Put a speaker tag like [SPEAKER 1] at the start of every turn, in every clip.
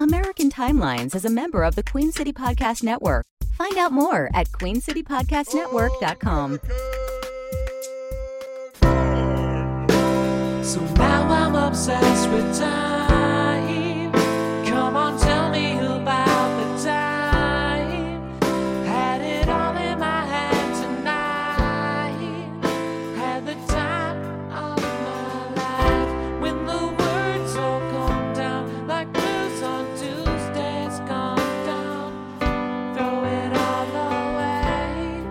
[SPEAKER 1] American Timelines is a member of the Queen City Podcast Network. Find out more at queencitypodcastnetwork.com.
[SPEAKER 2] So now I'm obsessed with time. Come on, tell me about the time. Had it all in my head tonight. Had the time of my life. When the words all come down, like blues on Tuesdays gone down. Throw it all away.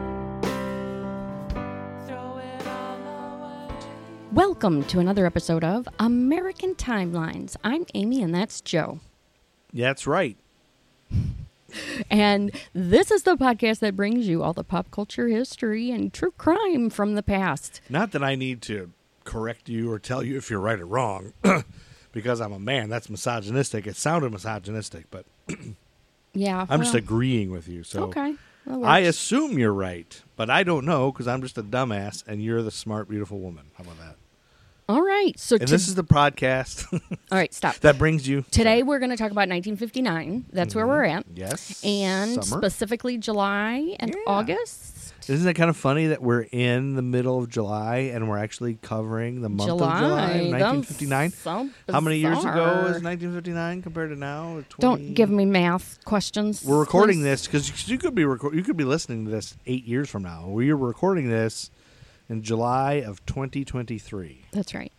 [SPEAKER 2] Throw it all away.
[SPEAKER 3] Welcome to another episode of American Timelines. I'm Amy and that's Joe.
[SPEAKER 4] That's right.
[SPEAKER 3] And this is the podcast that brings you all the pop culture history and true crime from the past.
[SPEAKER 4] Not that I need to correct you or tell you if you're right or wrong, because I'm a man. That's misogynistic. It sounded misogynistic, but
[SPEAKER 3] Yeah.
[SPEAKER 4] I'm just
[SPEAKER 3] well,
[SPEAKER 4] agreeing with you. So
[SPEAKER 3] Okay. That
[SPEAKER 4] I
[SPEAKER 3] works.
[SPEAKER 4] assume you're right, but I don't know because I'm just a dumbass and you're the smart, beautiful woman. How about that?
[SPEAKER 3] All right. So
[SPEAKER 4] And
[SPEAKER 3] to-
[SPEAKER 4] this is the podcast
[SPEAKER 3] All right, stop.
[SPEAKER 4] that brings you
[SPEAKER 3] Today we're going to talk about 1959. That's where we're at.
[SPEAKER 4] Yes.
[SPEAKER 3] And
[SPEAKER 4] summer.
[SPEAKER 3] specifically July and
[SPEAKER 4] Yeah.
[SPEAKER 3] August.
[SPEAKER 4] Isn't it kind of funny that we're in the middle of July and we're actually covering the month
[SPEAKER 3] July.
[SPEAKER 4] of July, of
[SPEAKER 3] That's
[SPEAKER 4] 1959?
[SPEAKER 3] so
[SPEAKER 4] How many years ago
[SPEAKER 3] bizarre.
[SPEAKER 4] is 1959 compared to now? 20?
[SPEAKER 3] Don't give me math questions.
[SPEAKER 4] We're recording
[SPEAKER 3] please.
[SPEAKER 4] this because you could be record- you could be listening to this eight years from now. We are recording this in July of 2023.
[SPEAKER 3] That's right.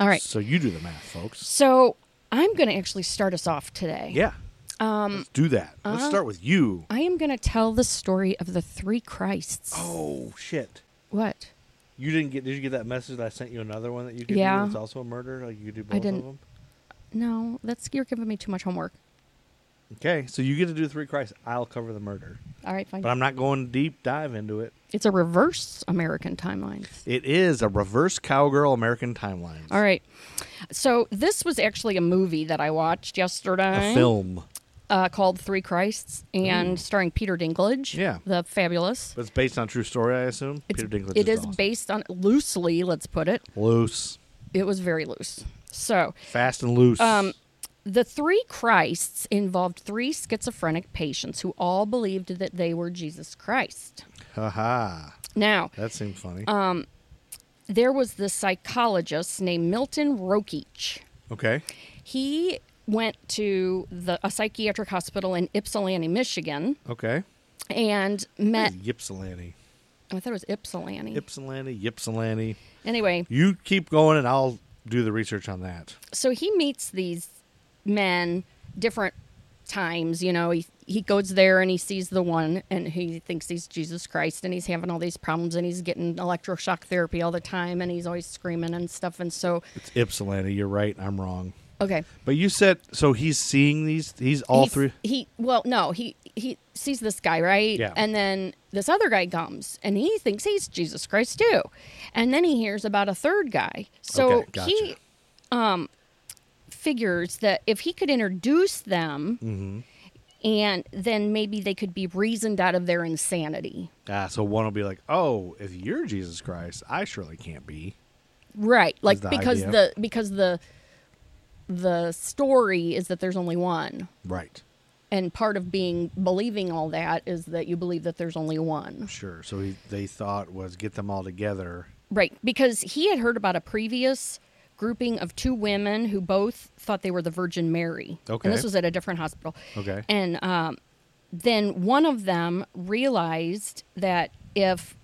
[SPEAKER 3] All right.
[SPEAKER 4] So you do the math, folks.
[SPEAKER 3] So I'm going to actually start us off today.
[SPEAKER 4] Yeah. Um, Let's do that. Let's
[SPEAKER 3] uh,
[SPEAKER 4] start with you.
[SPEAKER 3] I am going to tell the story of the three Christs.
[SPEAKER 4] Oh shit!
[SPEAKER 3] What?
[SPEAKER 4] You didn't get? Did you get that message that I sent you another one that you could
[SPEAKER 3] Yeah.
[SPEAKER 4] do? It's also a murder. Like you could do both
[SPEAKER 3] I didn't.
[SPEAKER 4] of them.
[SPEAKER 3] No, that's you're giving me too much homework.
[SPEAKER 4] Okay, so you get to do three Christ. I'll cover the murder,
[SPEAKER 3] All right, fine.
[SPEAKER 4] but I'm not going deep dive into it.
[SPEAKER 3] it's a reverse American timeline.
[SPEAKER 4] It is a reverse cowgirl American timeline.
[SPEAKER 3] All right. So this was actually a movie that I watched yesterday
[SPEAKER 4] A film. Mm.
[SPEAKER 3] Uh, called Three Christs and starring Peter Dinklage.
[SPEAKER 4] Yeah.
[SPEAKER 3] The fabulous.
[SPEAKER 4] But it's based on a true story, I assume.
[SPEAKER 3] It's-
[SPEAKER 4] Peter Dinklage.
[SPEAKER 3] it is
[SPEAKER 4] is awesome.
[SPEAKER 3] based on loosely, let's put it.
[SPEAKER 4] loose,
[SPEAKER 3] It was very loose. So
[SPEAKER 4] fast and loose.
[SPEAKER 3] Um, the three Christs involved three schizophrenic patients who all believed that they were Jesus Christ.
[SPEAKER 4] Haha.
[SPEAKER 3] Now,
[SPEAKER 4] That seemed funny.
[SPEAKER 3] um, there was this psychologist named Milton Rokich.
[SPEAKER 4] okay.
[SPEAKER 3] He went to the, a psychiatric hospital in Ypsilanti, Michigan,
[SPEAKER 4] Okay.
[SPEAKER 3] and met.
[SPEAKER 4] Ypsilanti.
[SPEAKER 3] I thought it was Ypsilanti.
[SPEAKER 4] Ypsilanti. Ypsilanti.
[SPEAKER 3] Anyway,
[SPEAKER 4] You keep going, and I'll do the research on that.
[SPEAKER 3] so he meets these men different times you know he, he goes there and he sees the one and he thinks he's jesus christ and he's having all these problems and he's getting electroshock therapy all the time and he's always screaming and stuff and so
[SPEAKER 4] It's Ypsilanti. You're right. I'm wrong.
[SPEAKER 3] okay
[SPEAKER 4] But you said so. He's seeing these. He's all
[SPEAKER 3] He's-
[SPEAKER 4] three.
[SPEAKER 3] he well no he he sees this guy right
[SPEAKER 4] Yeah.
[SPEAKER 3] and then this other guy comes and he thinks he's jesus christ too and then he hears about a third guy so
[SPEAKER 4] Okay, gotcha.
[SPEAKER 3] he um figures that if he could introduce them
[SPEAKER 4] Mm-hmm.
[SPEAKER 3] and then maybe they could be reasoned out of their insanity
[SPEAKER 4] Ah, so one will be like, "Oh, if you're Jesus Christ, I surely can't be."
[SPEAKER 3] right like
[SPEAKER 4] the
[SPEAKER 3] because
[SPEAKER 4] idea.
[SPEAKER 3] the because the the story is that there's only one
[SPEAKER 4] Right.
[SPEAKER 3] and part of being believing all that is that you believe that there's only one
[SPEAKER 4] Sure. So he, they thought was get them all together.
[SPEAKER 3] Right, because he had heard about a previous grouping of two women who both thought they were the Virgin Mary.
[SPEAKER 4] Okay.
[SPEAKER 3] And this was at a different hospital.
[SPEAKER 4] Okay.
[SPEAKER 3] And um, then one of them realized that if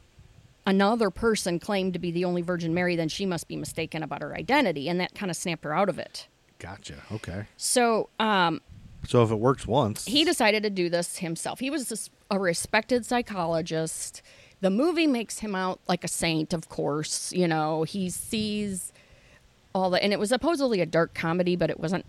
[SPEAKER 3] another person claimed to be the only Virgin Mary, then she must be mistaken about her identity. And that kind of snapped her out of it.
[SPEAKER 4] Gotcha. Okay.
[SPEAKER 3] So um,
[SPEAKER 4] So if it works once,
[SPEAKER 3] he decided to do this himself. He was this- a respected psychologist. The movie makes him out like a saint, of course. You know, he sees all the, and it was supposedly a dark comedy, but it wasn't.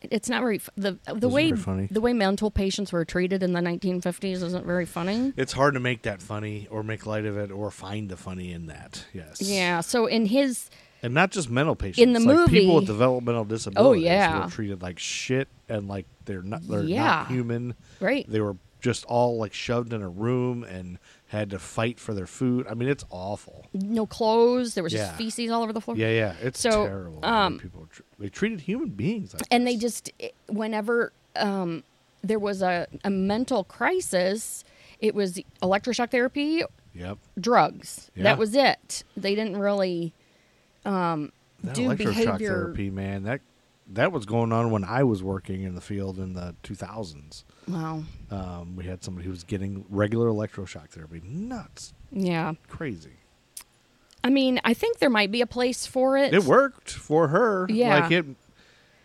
[SPEAKER 3] It's not very f- the the
[SPEAKER 4] Wasn't
[SPEAKER 3] way
[SPEAKER 4] very funny.
[SPEAKER 3] the way mental patients were treated in the 1950s isn't very funny.
[SPEAKER 4] it's hard to make that funny or make light of it or find the funny in that. Yes.
[SPEAKER 3] Yeah. So in his
[SPEAKER 4] And not just mental patients.
[SPEAKER 3] In the
[SPEAKER 4] like people
[SPEAKER 3] movie-
[SPEAKER 4] with
[SPEAKER 3] Oh,
[SPEAKER 4] developmental disabilities
[SPEAKER 3] yeah.
[SPEAKER 4] were treated like shit and like they're not they're
[SPEAKER 3] Yeah.
[SPEAKER 4] not human.
[SPEAKER 3] Right.
[SPEAKER 4] They were just all like shoved in a room and had to fight for their food. I mean, it's awful.
[SPEAKER 3] no clothes, there was
[SPEAKER 4] Yeah.
[SPEAKER 3] just feces all over the floor.
[SPEAKER 4] Yeah, yeah, it's
[SPEAKER 3] So,
[SPEAKER 4] terrible. the way
[SPEAKER 3] um,
[SPEAKER 4] people tr- they treated human beings like
[SPEAKER 3] and
[SPEAKER 4] this.
[SPEAKER 3] they just it, whenever um, there was a, a mental crisis, it was electroshock therapy,
[SPEAKER 4] Yep.
[SPEAKER 3] drugs.
[SPEAKER 4] Yeah.
[SPEAKER 3] That was it. They didn't really. um,
[SPEAKER 4] That
[SPEAKER 3] Do
[SPEAKER 4] electroshock
[SPEAKER 3] behavior-
[SPEAKER 4] therapy, man. That that was going on when I was working in the field in the 2000s.
[SPEAKER 3] Wow.
[SPEAKER 4] Um, we had somebody who was getting regular electroshock therapy. Nuts,
[SPEAKER 3] Yeah.
[SPEAKER 4] crazy.
[SPEAKER 3] I mean, I think there might be a place for it.
[SPEAKER 4] It worked for her.
[SPEAKER 3] Yeah.
[SPEAKER 4] Like it.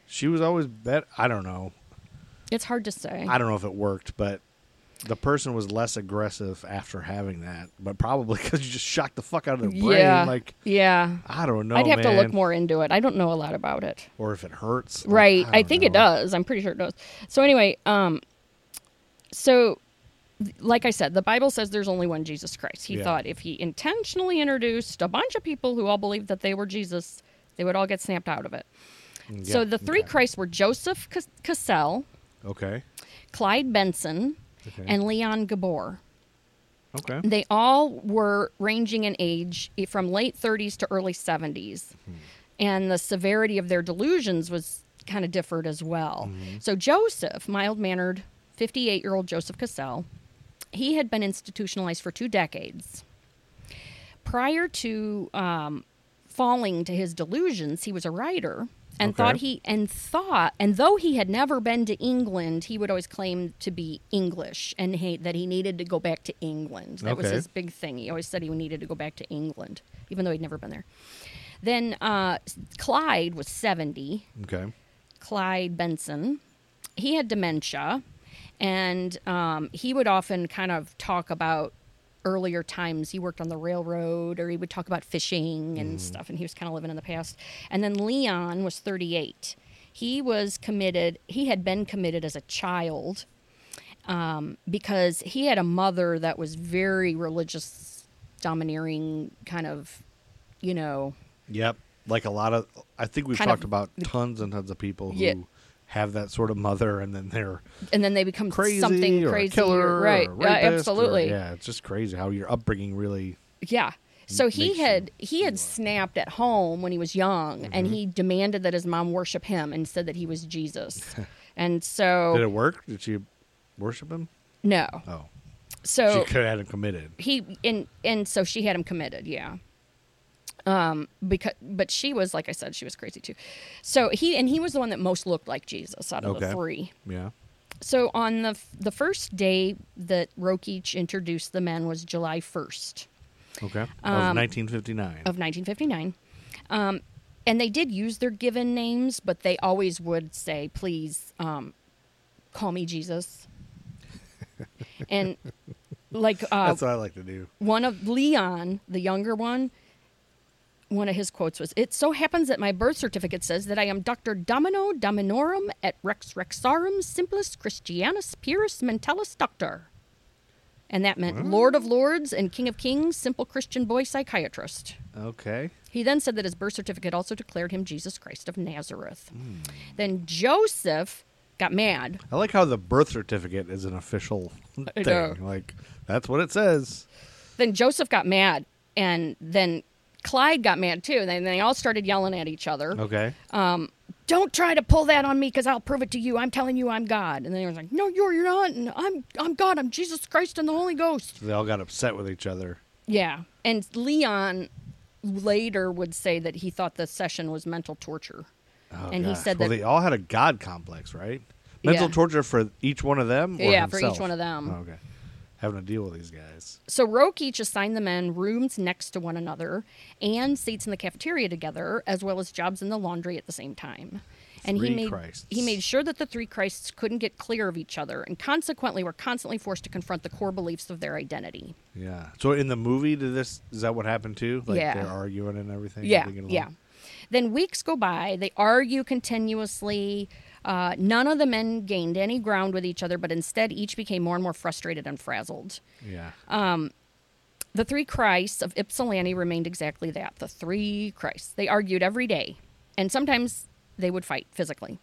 [SPEAKER 4] She was always bet. I don't know.
[SPEAKER 3] It's hard to say.
[SPEAKER 4] I don't know if it worked, but the person was less aggressive after having that, but probably because you just shocked the fuck out of their brain.
[SPEAKER 3] yeah.
[SPEAKER 4] Like
[SPEAKER 3] yeah.
[SPEAKER 4] I don't know.
[SPEAKER 3] I'd have to
[SPEAKER 4] man.
[SPEAKER 3] look more into it. I don't know a lot about it.
[SPEAKER 4] Or if it hurts. Like,
[SPEAKER 3] Right. I,
[SPEAKER 4] don't
[SPEAKER 3] think it
[SPEAKER 4] know.
[SPEAKER 3] does. I'm pretty sure it does. So anyway, um so th- like I said, the Bible says there's only one Jesus Christ. He
[SPEAKER 4] Yeah.
[SPEAKER 3] thought if he intentionally introduced a bunch of people who all believed that they were Jesus, they would all get snapped out of it. so
[SPEAKER 4] Yeah,
[SPEAKER 3] the three
[SPEAKER 4] okay.
[SPEAKER 3] Christs were Joseph Cas- Cassell,
[SPEAKER 4] Okay.
[SPEAKER 3] Clyde Benson,
[SPEAKER 4] Okay.
[SPEAKER 3] and Leon Gabor.
[SPEAKER 4] Okay.
[SPEAKER 3] They all were ranging in age eh, from late 30s to early 70s. And the severity of their delusions was kind of differed as well. So, Joseph, mild mannered 58 year old Joseph Cassell, he had been institutionalized for two decades. Prior to um, falling to his delusions, he was a writer. And
[SPEAKER 4] Okay.
[SPEAKER 3] thought he and thought and though he had never been to England, he would always claim to be English and hate that he needed to go back to England. That was
[SPEAKER 4] Okay.
[SPEAKER 3] his big thing. He always said he needed to go back to England, even though he'd never been there. Then uh, Clyde was 70,
[SPEAKER 4] Okay.
[SPEAKER 3] Clyde Benson. He had dementia, and um, he would often kind of talk about earlier times he worked on the railroad or he would talk about fishing
[SPEAKER 4] Mm-hmm.
[SPEAKER 3] and stuff, and he was kind of living in the past. And then Leon was 38. He was committed, he had been committed as a child um, because he had a mother that was very religious, domineering, kind of, you know,
[SPEAKER 4] Yep. Like a lot of, I think we've
[SPEAKER 3] Kind
[SPEAKER 4] talked
[SPEAKER 3] of-
[SPEAKER 4] about tons and tons of people who
[SPEAKER 3] Yeah.
[SPEAKER 4] have that sort of mother, and then they're
[SPEAKER 3] and then they become
[SPEAKER 4] crazy
[SPEAKER 3] something
[SPEAKER 4] or
[SPEAKER 3] crazy,
[SPEAKER 4] a killer,
[SPEAKER 3] right?
[SPEAKER 4] Or a
[SPEAKER 3] yeah,
[SPEAKER 4] rapist or-
[SPEAKER 3] absolutely.
[SPEAKER 4] yeah, it's just crazy how your upbringing really.
[SPEAKER 3] Yeah. So he
[SPEAKER 4] makes you Mm-hmm.
[SPEAKER 3] had he had snapped at home when he was young, and he demanded that his mom worship him and said that he was Jesus. and so
[SPEAKER 4] Did it work? Did she worship him?
[SPEAKER 3] no,
[SPEAKER 4] Oh,
[SPEAKER 3] so
[SPEAKER 4] she could have had him committed.
[SPEAKER 3] he and and so she had him committed. Yeah. Um, because but she was like I said, she was crazy too. So he and he was the one that most looked like Jesus out of the
[SPEAKER 4] Okay.
[SPEAKER 3] three.
[SPEAKER 4] Yeah.
[SPEAKER 3] So on the f- the first day that Rokich introduced the men was July first.
[SPEAKER 4] Okay. That was
[SPEAKER 3] Um,
[SPEAKER 4] 1959.
[SPEAKER 3] of 1959. Um, and they did use their given names, but they always would say, please um, call me Jesus. and like uh,
[SPEAKER 4] That's what I like to do.
[SPEAKER 3] one of Leon, the younger one, one of his quotes was, It so happens that my birth certificate says that I am Dr. Domino Dominorum et Rex Rexarum Simplus Christianus Pyrrhus Mentalus Doctor. And that meant Lord of Lords and King of Kings, simple Christian boy psychiatrist.
[SPEAKER 4] Okay.
[SPEAKER 3] He then said that his birth certificate also declared him Jesus Christ of Nazareth.
[SPEAKER 4] Hmm.
[SPEAKER 3] Then Joseph got mad.
[SPEAKER 4] I like how the birth certificate is an official
[SPEAKER 3] I
[SPEAKER 4] thing.
[SPEAKER 3] know.
[SPEAKER 4] Like that's what it says.
[SPEAKER 3] Then Joseph got mad, and then Clyde got mad too. And then they all started yelling at each other.
[SPEAKER 4] Okay.
[SPEAKER 3] Um, Don't try to pull that on me, because I'll prove it to you. I'm telling you, I'm God. And then he was like, No, you're you're not. And I'm I'm God. I'm Jesus Christ and the Holy Ghost.
[SPEAKER 4] they all got upset with each other.
[SPEAKER 3] Yeah. And Leon later would say that he thought the session was mental torture.
[SPEAKER 4] Oh,
[SPEAKER 3] and he
[SPEAKER 4] gosh.
[SPEAKER 3] said
[SPEAKER 4] well,
[SPEAKER 3] that
[SPEAKER 4] they all had a god complex, right? Mental
[SPEAKER 3] Yeah.
[SPEAKER 4] torture for each one of them. Or
[SPEAKER 3] Yeah, for each
[SPEAKER 4] himself?
[SPEAKER 3] one of them.
[SPEAKER 4] Oh, okay, having to deal with these guys.
[SPEAKER 3] So Roke each assigned the men rooms next to one another and seats in the cafeteria together, as well as jobs in the laundry at the same time. And he
[SPEAKER 4] Three
[SPEAKER 3] made
[SPEAKER 4] Christs.
[SPEAKER 3] he made sure that the three Christs couldn't get clear of each other, and consequently were constantly forced to confront the core beliefs of their identity.
[SPEAKER 4] Yeah. So in the movie, did this is that what happened too? Like
[SPEAKER 3] Yeah.
[SPEAKER 4] they're arguing and everything.
[SPEAKER 3] Yeah,
[SPEAKER 4] they get along?
[SPEAKER 3] yeah. Then weeks go by. They argue continuously. Uh, none of the men gained any ground with each other, but instead each became more and more frustrated and frazzled.
[SPEAKER 4] Yeah.
[SPEAKER 3] Um, The three Christs of Ypsilanti remained exactly that the three Christs. They argued every day, and sometimes they would fight physically.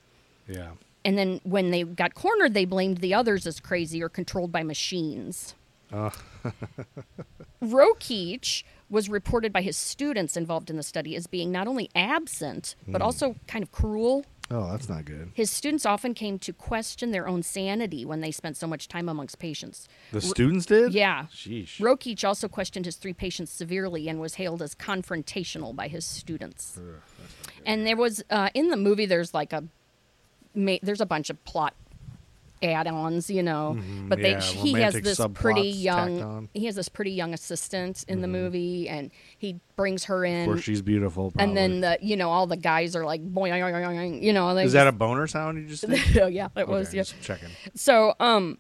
[SPEAKER 4] yeah.
[SPEAKER 3] And then when they got cornered, they blamed the others as crazy or controlled by machines. Rokich was reported by his students involved in the study as being not only absent, but also kind of cruel
[SPEAKER 4] Oh, that's not good.
[SPEAKER 3] His students often came to question their own sanity when they spent so much time amongst patients.
[SPEAKER 4] The students did?
[SPEAKER 3] Yeah.
[SPEAKER 4] Sheesh.
[SPEAKER 3] Rokic also questioned his three patients severely and was hailed as confrontational by his students. and there was uh, in the movie there's like a ma- there's a bunch of plot add-ons, you know, but they
[SPEAKER 4] Mm-hmm. yeah,
[SPEAKER 3] he has
[SPEAKER 4] romantic
[SPEAKER 3] this
[SPEAKER 4] subplots
[SPEAKER 3] pretty
[SPEAKER 4] tacked
[SPEAKER 3] young
[SPEAKER 4] on.
[SPEAKER 3] he has this pretty young assistant in the movie and he brings her in
[SPEAKER 4] Where she's beautiful. Probably.
[SPEAKER 3] and then the you know all the guys are like boing, boing, boing, boing, you know they
[SPEAKER 4] is that a boner sound you just did?
[SPEAKER 3] a yeah it was
[SPEAKER 4] Okay,
[SPEAKER 3] yeah.
[SPEAKER 4] Just checking.
[SPEAKER 3] So um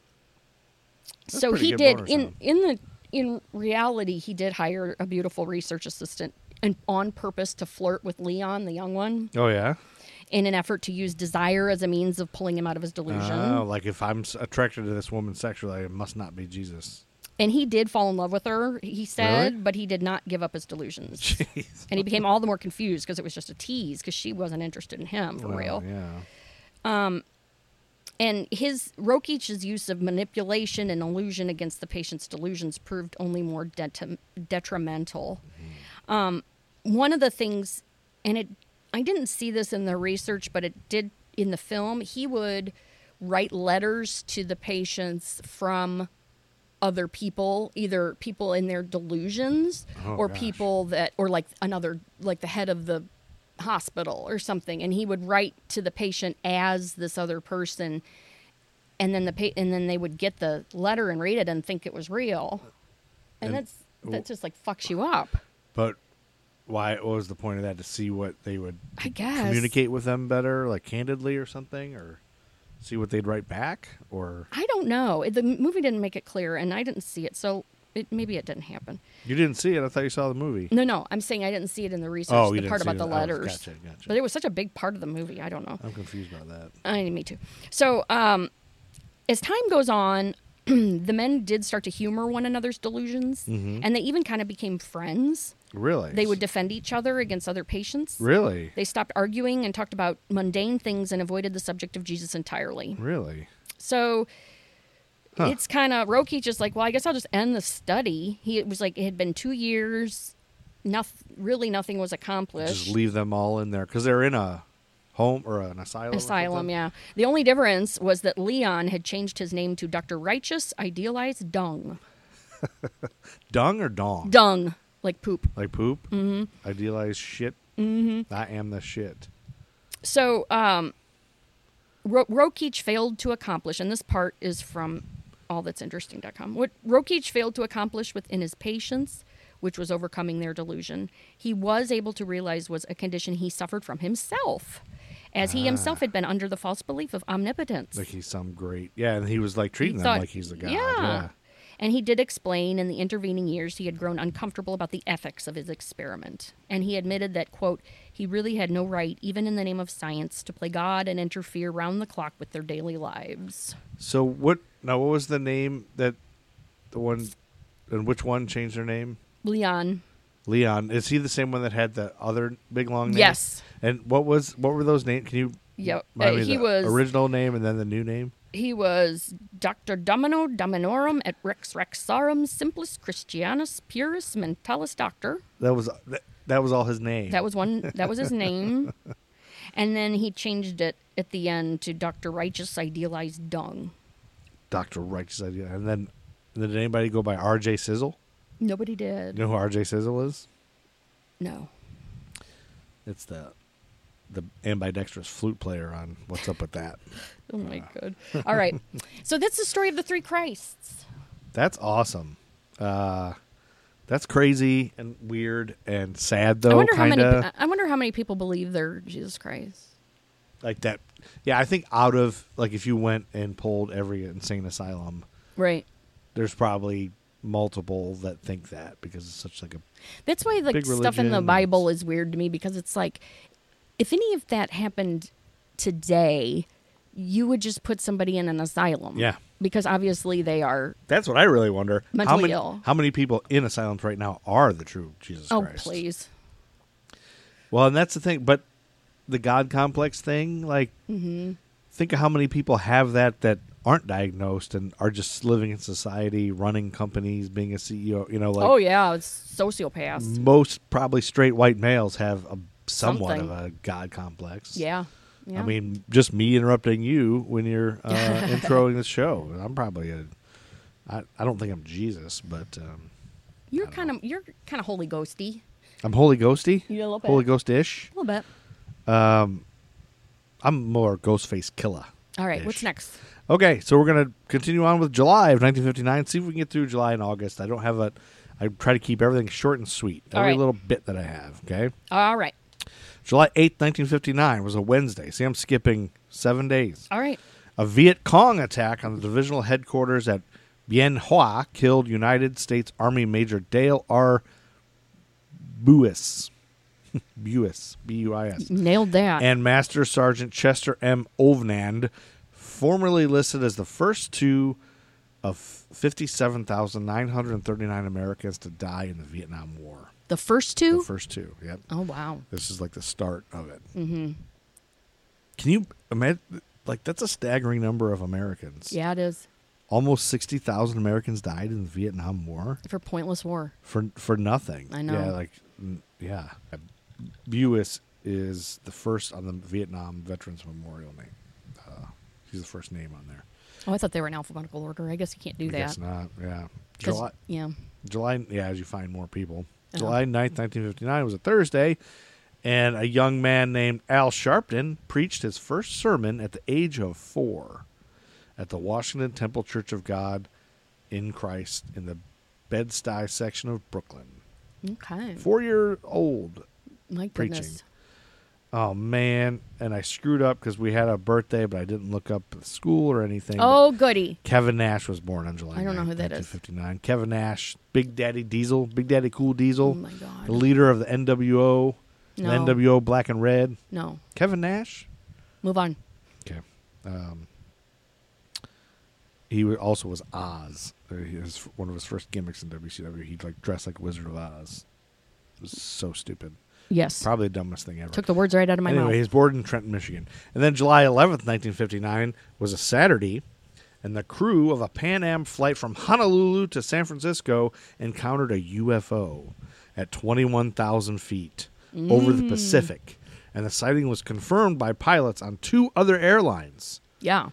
[SPEAKER 3] so
[SPEAKER 4] pretty
[SPEAKER 3] he
[SPEAKER 4] good
[SPEAKER 3] did
[SPEAKER 4] bonus
[SPEAKER 3] in
[SPEAKER 4] round.
[SPEAKER 3] in the in reality he did hire a beautiful research assistant and on purpose to flirt with Leon, the young one,
[SPEAKER 4] Oh yeah.
[SPEAKER 3] in an effort to use desire as a means of pulling him out of his delusion.
[SPEAKER 4] Oh, like if I'm s- attracted to this woman sexually, it must not be Jesus.
[SPEAKER 3] And he did fall in love with her, he said,
[SPEAKER 4] Really?
[SPEAKER 3] but he did not give up his delusions. And he became all the more confused because it was just a tease because she wasn't interested in him for
[SPEAKER 4] Well,
[SPEAKER 3] real.
[SPEAKER 4] Yeah.
[SPEAKER 3] And his Rokich's use of manipulation and illusion against the patient's delusions proved only more det- detrimental.
[SPEAKER 4] Mm.
[SPEAKER 3] Um, one of the things, and it, I didn't see this in the research, but it did in the film. He would write letters to the patients from other people, either people in their delusions
[SPEAKER 4] Oh,
[SPEAKER 3] or
[SPEAKER 4] gosh.
[SPEAKER 3] people that, or like another, like the head of the hospital or something, and he would write to the patient as this other person, and then the pa- and then they would get the letter and read it and think it was real, and,
[SPEAKER 4] And-
[SPEAKER 3] that's that just like fucks you up.
[SPEAKER 4] But why? What was the point of that? To see what they would
[SPEAKER 3] I guess
[SPEAKER 4] communicate with them better, like candidly or something, or see what they'd write back, or
[SPEAKER 3] I don't know. It- The movie didn't make it clear, and I didn't see it, so it maybe it didn't happen.
[SPEAKER 4] you didn't see it. I thought you saw the movie.
[SPEAKER 3] No, no, I'm saying I didn't see it in the research.
[SPEAKER 4] Oh, you
[SPEAKER 3] the
[SPEAKER 4] didn't
[SPEAKER 3] part
[SPEAKER 4] see
[SPEAKER 3] about
[SPEAKER 4] it.
[SPEAKER 3] the
[SPEAKER 4] Oh,
[SPEAKER 3] letters,
[SPEAKER 4] gotcha, gotcha. Oh.
[SPEAKER 3] but it was such a big part of the movie. I don't know.
[SPEAKER 4] I'm confused about that.
[SPEAKER 3] I me too. So, um, as time goes on, the men did start to humor one another's delusions,
[SPEAKER 4] Mm-hmm.
[SPEAKER 3] and they even kind of became friends.
[SPEAKER 4] Really?
[SPEAKER 3] They would defend each other against other patients.
[SPEAKER 4] really,
[SPEAKER 3] They stopped arguing and talked about mundane things and avoided the subject of Jesus entirely.
[SPEAKER 4] really.
[SPEAKER 3] So it's kind of Roki just like, well, I guess I'll just end the study. He it was like it had been two years, nothing really nothing was accomplished.
[SPEAKER 4] Just leave them all in there because they're in a home or an asylum. or
[SPEAKER 3] Asylum,
[SPEAKER 4] something?
[SPEAKER 3] yeah. The only difference was that Leon had changed his name to Dr. Righteous Idealized Dung.
[SPEAKER 4] Dung or dong?
[SPEAKER 3] Dung, like poop.
[SPEAKER 4] Like poop. Mm-hmm. Idealized shit. Mm-hmm. I am the shit.
[SPEAKER 3] So, um, Ro- Rokic failed to accomplish, and this part is from allthat'sinteresting.com. What Rokic failed to accomplish within his patients, which was overcoming their delusion, he was able to realize was a condition he suffered from himself, as he himself had been under the false belief of omnipotence.
[SPEAKER 4] Like he's some great. Yeah, and he was like treating them
[SPEAKER 3] thought-
[SPEAKER 4] like he's the god.
[SPEAKER 3] Yeah.
[SPEAKER 4] yeah.
[SPEAKER 3] And he did explain in the intervening years he had grown uncomfortable about the ethics of his experiment. And he admitted that, quote, he really had no right, even in the name of science, to play God and interfere round the clock with their daily lives.
[SPEAKER 4] So what? Now what was the name that the one and which one changed their name?
[SPEAKER 3] Leon,
[SPEAKER 4] Leon. Is he the same one that had the other big long name?
[SPEAKER 3] Yes.
[SPEAKER 4] And what was what were those names? Can you?
[SPEAKER 3] Yep.
[SPEAKER 4] remind
[SPEAKER 3] Uh,
[SPEAKER 4] me
[SPEAKER 3] he
[SPEAKER 4] the
[SPEAKER 3] was-
[SPEAKER 4] original name and then the new name.
[SPEAKER 3] he was Dr. Domino Dominorum et Rex Rexarum Simplus Christianus Purus Mentalis Doctor.
[SPEAKER 4] That was that, that was all his name.
[SPEAKER 3] That was one. That was his name, and then he changed it at the end to Doctor Righteous Idealized Dung.
[SPEAKER 4] Doctor Righteous Idea. And then did anybody go by R.J. Sizzle?
[SPEAKER 3] Nobody did.
[SPEAKER 4] You know who R.J. Sizzle is?
[SPEAKER 3] No.
[SPEAKER 4] It's the the ambidextrous flute player on What's Up with That.
[SPEAKER 3] Oh my god. All right. So that's the story of the three Christs.
[SPEAKER 4] That's awesome. Uh, that's crazy and weird and sad though.
[SPEAKER 3] I wonder
[SPEAKER 4] kinda.
[SPEAKER 3] how many uh, I wonder how many people believe they're Jesus Christ.
[SPEAKER 4] like that. Yeah, I think out of like if you went and polled every insane asylum,
[SPEAKER 3] Right.
[SPEAKER 4] there's probably multiple that think that because it's such like a
[SPEAKER 3] That's why like
[SPEAKER 4] Big
[SPEAKER 3] stuff in the
[SPEAKER 4] religion.
[SPEAKER 3] Bible is weird to me because it's like if any of that happened today, you would just put somebody in an asylum.
[SPEAKER 4] Yeah.
[SPEAKER 3] Because obviously they are
[SPEAKER 4] That's what I really wonder. how
[SPEAKER 3] Mentally
[SPEAKER 4] many
[SPEAKER 3] ill.
[SPEAKER 4] how many people in asylums right now are the true Jesus
[SPEAKER 3] Oh
[SPEAKER 4] Christ?
[SPEAKER 3] please.
[SPEAKER 4] Well, and that's the thing, but the God complex thing, like
[SPEAKER 3] Mm-hmm.
[SPEAKER 4] think of how many people have that that aren't diagnosed and are just living in society, running companies, being a CEO, you know, like Mm.
[SPEAKER 3] oh yeah, it's sociopaths.
[SPEAKER 4] most probably straight white males have a somewhat
[SPEAKER 3] Something.
[SPEAKER 4] of a God complex.
[SPEAKER 3] Yeah. Yeah.
[SPEAKER 4] I mean, just me interrupting you when you're uh, introing the show. I'm probably a. I, I don't think I'm Jesus, but um,
[SPEAKER 3] You're kind of you're kind of holy ghosty.
[SPEAKER 4] I'm Holy Ghosty.
[SPEAKER 3] You're a little bit.
[SPEAKER 4] Holy Ghost ish.
[SPEAKER 3] A little bit.
[SPEAKER 4] I'm more Ghostface Killer.
[SPEAKER 3] All right,
[SPEAKER 4] Ish.
[SPEAKER 3] what's next?
[SPEAKER 4] Okay, so we're gonna continue on with July of 1959. See if we can get through July and August. I don't have a. I try to keep everything short and sweet.
[SPEAKER 3] All
[SPEAKER 4] every
[SPEAKER 3] right.
[SPEAKER 4] little bit that I have. Okay.
[SPEAKER 3] All right.
[SPEAKER 4] July 8th, 1959 was a Wednesday. See, I'm skipping seven days.
[SPEAKER 3] All right.
[SPEAKER 4] A Viet Cong attack on the divisional headquarters at Bien Hoa killed United States Army Major Dale R. Buis. Buis. B U I S.
[SPEAKER 3] Nailed that.
[SPEAKER 4] And Master Sergeant Chester M. Ovnand, formerly listed as the first two of 57,939 Americans to die in the Vietnam War.
[SPEAKER 3] the first
[SPEAKER 4] The
[SPEAKER 3] two?
[SPEAKER 4] first two, yep.
[SPEAKER 3] oh wow.
[SPEAKER 4] This is like the start of it. Mm-hmm. Can you imagine? Like that's a staggering number of Americans.
[SPEAKER 3] Yeah, it is.
[SPEAKER 4] almost sixty thousand Americans died in the Vietnam War
[SPEAKER 3] For pointless war.
[SPEAKER 4] for for nothing.
[SPEAKER 3] I know.
[SPEAKER 4] Yeah, like mm, yeah. Buis is the first on the Vietnam Veterans Memorial name. Uh, he's the first name on there.
[SPEAKER 3] Oh, I thought they were in alphabetical order. I guess you can't do
[SPEAKER 4] I
[SPEAKER 3] that.
[SPEAKER 4] guess not. Yeah,
[SPEAKER 3] 'Cause-
[SPEAKER 4] July.
[SPEAKER 3] Yeah.
[SPEAKER 4] July, yeah, as you find more people.
[SPEAKER 3] Uh-huh.
[SPEAKER 4] July 9th, 1959 was a Thursday, and a young man named Al Sharpton preached his first sermon at the age of four at the Washington Temple Church of God in Christ in the Bed-Stuy section of Brooklyn.
[SPEAKER 3] Okay.
[SPEAKER 4] Four-year-old.
[SPEAKER 3] My
[SPEAKER 4] preaching.
[SPEAKER 3] goodness.
[SPEAKER 4] Oh, man. And I screwed up because we had a birthday, but I didn't look up the school or anything. but
[SPEAKER 3] Oh goody.
[SPEAKER 4] Kevin Nash was born on July.
[SPEAKER 3] I don't know
[SPEAKER 4] 9th,
[SPEAKER 3] who that is.
[SPEAKER 4] 1959. Kevin Nash, Big Daddy Diesel, Big Daddy Cool Diesel.
[SPEAKER 3] Oh my God.
[SPEAKER 4] The leader of the NWO, the
[SPEAKER 3] No.
[SPEAKER 4] NWO Black and Red.
[SPEAKER 3] No.
[SPEAKER 4] Kevin Nash.
[SPEAKER 3] Move on.
[SPEAKER 4] Okay. Um, he wa- also was Oz. Uh, He was f- one of his first gimmicks in WCW. He'd like dress like Wizard of Oz. It was so stupid.
[SPEAKER 3] Yes.
[SPEAKER 4] Probably the dumbest thing ever.
[SPEAKER 3] Took the words right out of my
[SPEAKER 4] anyway,
[SPEAKER 3] mouth.
[SPEAKER 4] he's born in Trenton, Michigan. And then July 11th, 1959 was a Saturday, and the crew of a Pan Am flight from Honolulu to San Francisco encountered a UFO at 21,000 feet over
[SPEAKER 3] Mm.
[SPEAKER 4] the Pacific. And the sighting was confirmed by pilots on two other airlines.
[SPEAKER 3] Yeah.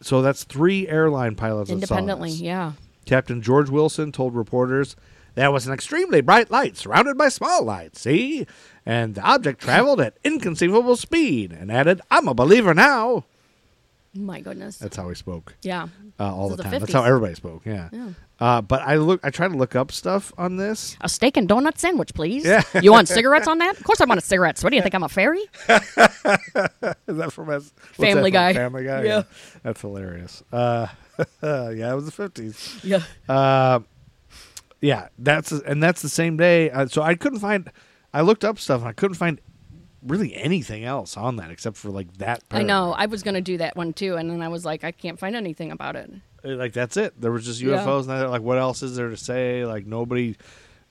[SPEAKER 4] So that's three airline pilots that saw
[SPEAKER 3] Independently.
[SPEAKER 4] this.
[SPEAKER 3] Yeah.
[SPEAKER 4] Captain George Wilson told reporters, There was an extremely bright light surrounded by small lights, see? And the object traveled at inconceivable speed, and added, I'm a believer now.
[SPEAKER 3] My goodness.
[SPEAKER 4] That's how he spoke
[SPEAKER 3] yeah.
[SPEAKER 4] uh, all
[SPEAKER 3] This
[SPEAKER 4] the
[SPEAKER 3] is
[SPEAKER 4] time.
[SPEAKER 3] the
[SPEAKER 4] That's how
[SPEAKER 3] 50s.
[SPEAKER 4] everybody spoke, yeah. Uh, but I look, I try to look up stuff on this.
[SPEAKER 3] A steak and donut sandwich, please. You want cigarettes on that? Of course I want a cigarettes. What do you think? I'm a fairy?
[SPEAKER 4] Is that from us? what's
[SPEAKER 3] Family Guy.
[SPEAKER 4] that from? Family Guy.
[SPEAKER 3] Yeah.
[SPEAKER 4] that's hilarious. Uh, yeah, it was the fifties.
[SPEAKER 3] Yeah.
[SPEAKER 4] Yeah, that's and that's the same day. Uh, so I couldn't find. I looked up stuff and I couldn't find really anything else on that except for like that.
[SPEAKER 3] I
[SPEAKER 4] Paragraph.
[SPEAKER 3] know. I was gonna do that one too, and then I was like, I can't find anything about it.
[SPEAKER 4] Uh, Like that's it. There was just
[SPEAKER 3] Yeah.
[SPEAKER 4] UFOs and they're like, what else is there to say? Like nobody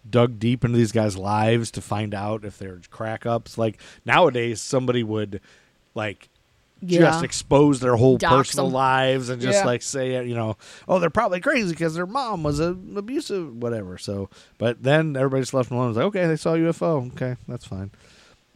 [SPEAKER 4] dug deep into these guys' lives to find out if they're crack ups. Like nowadays, somebody would like.
[SPEAKER 3] Yeah.
[SPEAKER 4] Just expose their whole
[SPEAKER 3] Dox
[SPEAKER 4] personal
[SPEAKER 3] 'em.
[SPEAKER 4] lives and just
[SPEAKER 3] Yeah.
[SPEAKER 4] like say, you know, oh, they're probably crazy because their mom was a abusive, whatever. So, but then everybody just left them alone. It's like, okay, they saw a UFO. Okay, that's fine.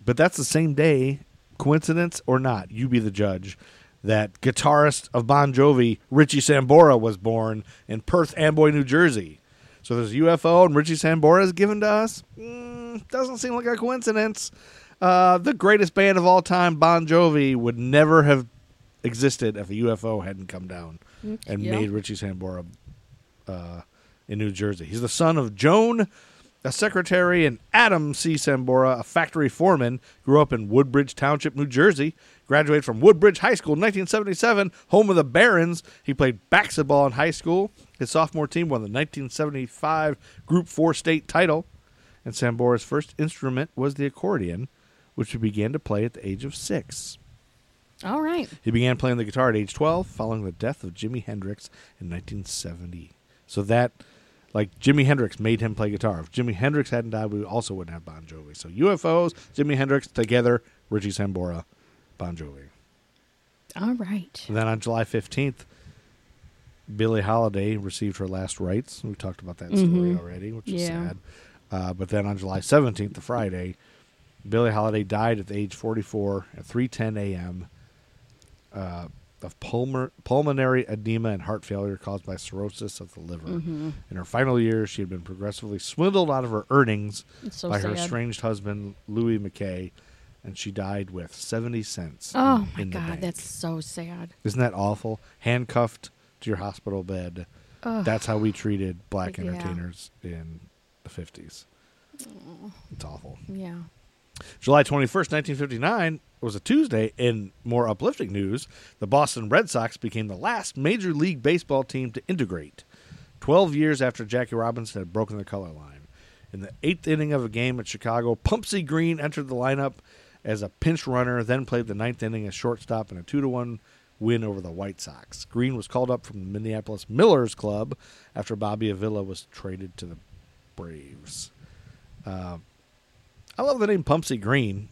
[SPEAKER 4] But that's the same day, coincidence or not, you be the judge, that guitarist of Bon Jovi, Richie Sambora, was born in Perth Amboy, New Jersey. So there's a UFO and Richie Sambora is given to us? Mm, doesn't seem like a coincidence. Uh, the greatest band of all time, Bon Jovi, would never have existed if a UFO hadn't come down and
[SPEAKER 3] yeah.
[SPEAKER 4] made Richie Sambora uh, in New Jersey. He's the son of Joan, a secretary, and Adam C. Sambora, a factory foreman. Grew up in Woodbridge Township, New Jersey. Graduated from Woodbridge High School in 1977, home of the Barons. He played basketball in high school. His sophomore team won the 1975 Group 4 state title. And Sambora's first instrument was the accordion, which he began to play at the age of six.
[SPEAKER 3] All right.
[SPEAKER 4] He began playing the guitar at age 12 following the death of Jimi Hendrix in 1970. So that, like, Jimi Hendrix made him play guitar. If Jimi Hendrix hadn't died, we also wouldn't have Bon Jovi. So UFOs, Jimi Hendrix, together, Richie Sambora, Bon Jovi.
[SPEAKER 3] All right.
[SPEAKER 4] And then on July 15th, Billie Holiday received her last rites. We talked about that story already, which is
[SPEAKER 3] Mm-hmm. Yeah.
[SPEAKER 4] sad. Uh, but then on July 17th, the Friday, Billie Holiday died at the age 44 at 3:10 a.m. Uh, of pulmon- pulmonary edema and heart failure caused by cirrhosis of the liver.
[SPEAKER 3] Mm-hmm.
[SPEAKER 4] In her final years, she had been progressively swindled out of her earnings
[SPEAKER 3] It's so
[SPEAKER 4] by her
[SPEAKER 3] sad.
[SPEAKER 4] estranged husband Louis McKay, and she died with 70 cents.
[SPEAKER 3] Oh my
[SPEAKER 4] in the
[SPEAKER 3] god,
[SPEAKER 4] bank.
[SPEAKER 3] that's so sad.
[SPEAKER 4] Isn't that awful? Handcuffed to your hospital bed. That's how we treated black
[SPEAKER 3] Yeah.
[SPEAKER 4] entertainers in the 50s. It's awful.
[SPEAKER 3] Yeah.
[SPEAKER 4] July 21st, 1959 was a Tuesday. In more uplifting news, the Boston Red Sox became the last Major League Baseball team to integrate, 12 years after Jackie Robinson had broken the color line. In the eighth inning of a game at Chicago, Pumpsy Green entered the lineup as a pinch runner, then played the ninth inning as shortstop in a 2 to 1 win over the White Sox. Green was called up from the Minneapolis Millers Club after Bobby Avila was traded to the Braves. I love the name Pumpsy Green.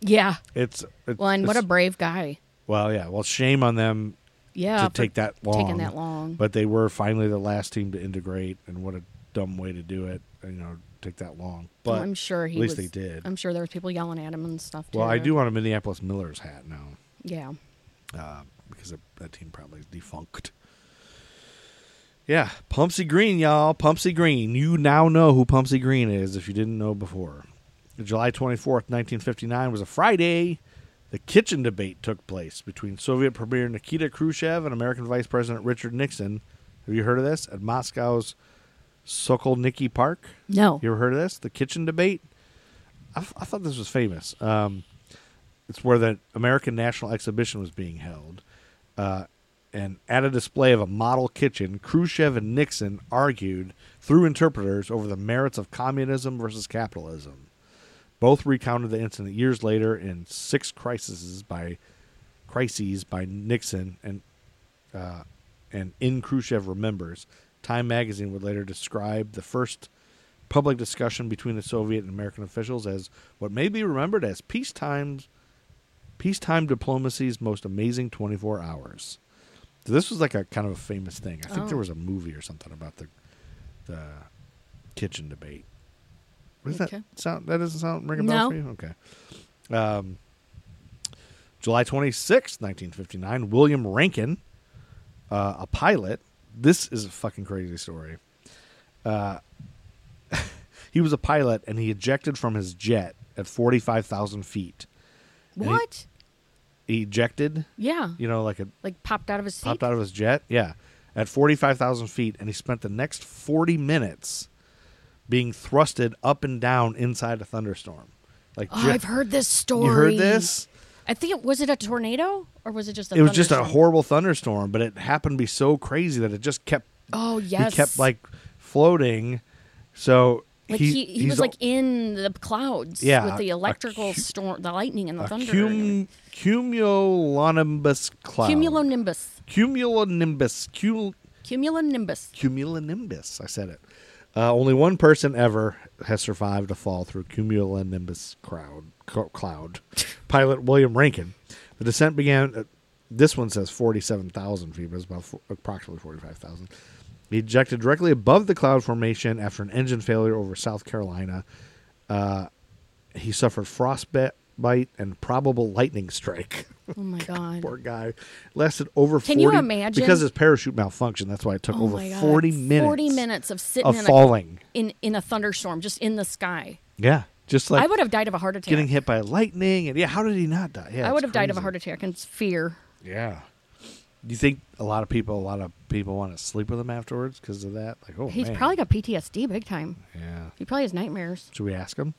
[SPEAKER 3] Yeah.
[SPEAKER 4] It's, it's
[SPEAKER 3] Well, and what a
[SPEAKER 4] it's-
[SPEAKER 3] brave guy.
[SPEAKER 4] well, yeah. Well, shame on them
[SPEAKER 3] Yeah.
[SPEAKER 4] to
[SPEAKER 3] Oh, for
[SPEAKER 4] take that long.
[SPEAKER 3] Taking that long.
[SPEAKER 4] But they were finally the last team to integrate, and what a dumb way to do it. You know, take that long. But
[SPEAKER 3] I'm sure he
[SPEAKER 4] at least
[SPEAKER 3] was-
[SPEAKER 4] they did.
[SPEAKER 3] I'm sure there was people yelling at him and stuff too.
[SPEAKER 4] well, I do want a Minneapolis Millers hat now
[SPEAKER 3] Yeah.
[SPEAKER 4] uh, because that- that team probably is defunct. Yeah, Pumpsy Green, y'all. Pumpsy Green. You now know who Pumpsy Green is if you didn't know before. July 24th, 1959 was a Friday. The kitchen debate took place between Soviet Premier Nikita Khrushchev and American Vice President Richard Nixon. Have you heard of this? At Moscow's Sokolniki Park.
[SPEAKER 3] No.
[SPEAKER 4] You ever heard of this? The kitchen debate? I, f- I thought this was famous. Um, it's where the American National Exhibition was being held. Uh, and at a display of a model kitchen, Khrushchev and Nixon argued through interpreters over the merits of communism versus capitalism. Both recounted the incident years later in six crises by crises by Nixon and uh, and in Khrushchev remembers. Time magazine would later describe the first public discussion between the Soviet and American officials as what may be remembered as peacetime peacetime diplomacy's most amazing 24 hours. So this was like a kind of a famous thing. I think there
[SPEAKER 3] Oh.
[SPEAKER 4] was a movie or something about the the kitchen debate. What does
[SPEAKER 3] Okay.
[SPEAKER 4] that sound? That doesn't sound ring a bell
[SPEAKER 3] No.
[SPEAKER 4] for you? Okay. Um, July twenty sixth, 1959, William Rankin, uh, a pilot. This is a fucking crazy story. Uh, he was a pilot and he ejected from his jet at 45,000 feet. And he-
[SPEAKER 3] What?
[SPEAKER 4] He ejected,
[SPEAKER 3] yeah.
[SPEAKER 4] you know, like it
[SPEAKER 3] like popped out of his seat.
[SPEAKER 4] popped out of his jet. Yeah. At 45,000 feet. And he spent the next 40 minutes being thrusted up and down inside a thunderstorm. Like,
[SPEAKER 3] Oh,
[SPEAKER 4] jet-
[SPEAKER 3] I've heard this story.
[SPEAKER 4] you heard this?
[SPEAKER 3] I think it was it a tornado or was it just a
[SPEAKER 4] it was just a
[SPEAKER 3] thunderstorm?
[SPEAKER 4] horrible thunderstorm, but it happened to be so crazy that it just kept.
[SPEAKER 3] Oh yes.
[SPEAKER 4] He kept like floating, so
[SPEAKER 3] Like he, he,
[SPEAKER 4] he's
[SPEAKER 3] was like in the clouds
[SPEAKER 4] Yeah,
[SPEAKER 3] with the
[SPEAKER 4] a- a
[SPEAKER 3] electrical
[SPEAKER 4] cu-
[SPEAKER 3] storm, the lightning and the
[SPEAKER 4] a
[SPEAKER 3] thunder.
[SPEAKER 4] cum, cumulonimbus cloud.
[SPEAKER 3] Cumulonimbus.
[SPEAKER 4] cumulonimbus. Cul,
[SPEAKER 3] Cumulonimbus.
[SPEAKER 4] cumulonimbus. I said it. Uh, only one person ever has survived a fall through cumulonimbus crowd, cl- cloud. Pilot William Rankin. The descent began. At, this one says forty-seven thousand feet, but it's about fo- approximately forty-five thousand. He ejected directly above the cloud formation after an engine failure over South Carolina. Uh, he suffered frostbite and probable lightning strike.
[SPEAKER 3] Oh my god.
[SPEAKER 4] Poor guy. Lasted over
[SPEAKER 3] Can
[SPEAKER 4] 40
[SPEAKER 3] you imagine?
[SPEAKER 4] Because his parachute malfunctioned. That's why it took
[SPEAKER 3] Oh
[SPEAKER 4] over
[SPEAKER 3] my God.
[SPEAKER 4] 40 minutes.
[SPEAKER 3] Forty minutes of sitting
[SPEAKER 4] of
[SPEAKER 3] in
[SPEAKER 4] falling.
[SPEAKER 3] A, in in a thunderstorm, just in the sky.
[SPEAKER 4] Yeah. Just like
[SPEAKER 3] I would have died of a heart attack.
[SPEAKER 4] getting hit by lightning. And yeah, how did he not die? Yeah.
[SPEAKER 3] I
[SPEAKER 4] it's
[SPEAKER 3] would have died of a
[SPEAKER 4] crazy.
[SPEAKER 3] heart attack and fear.
[SPEAKER 4] Yeah. Do you think a lot of people, a lot of people want to sleep with him afterwards because of that? Like, oh,
[SPEAKER 3] He's
[SPEAKER 4] man.
[SPEAKER 3] probably got PTSD big time.
[SPEAKER 4] Yeah.
[SPEAKER 3] He probably has nightmares.
[SPEAKER 4] Should we ask him?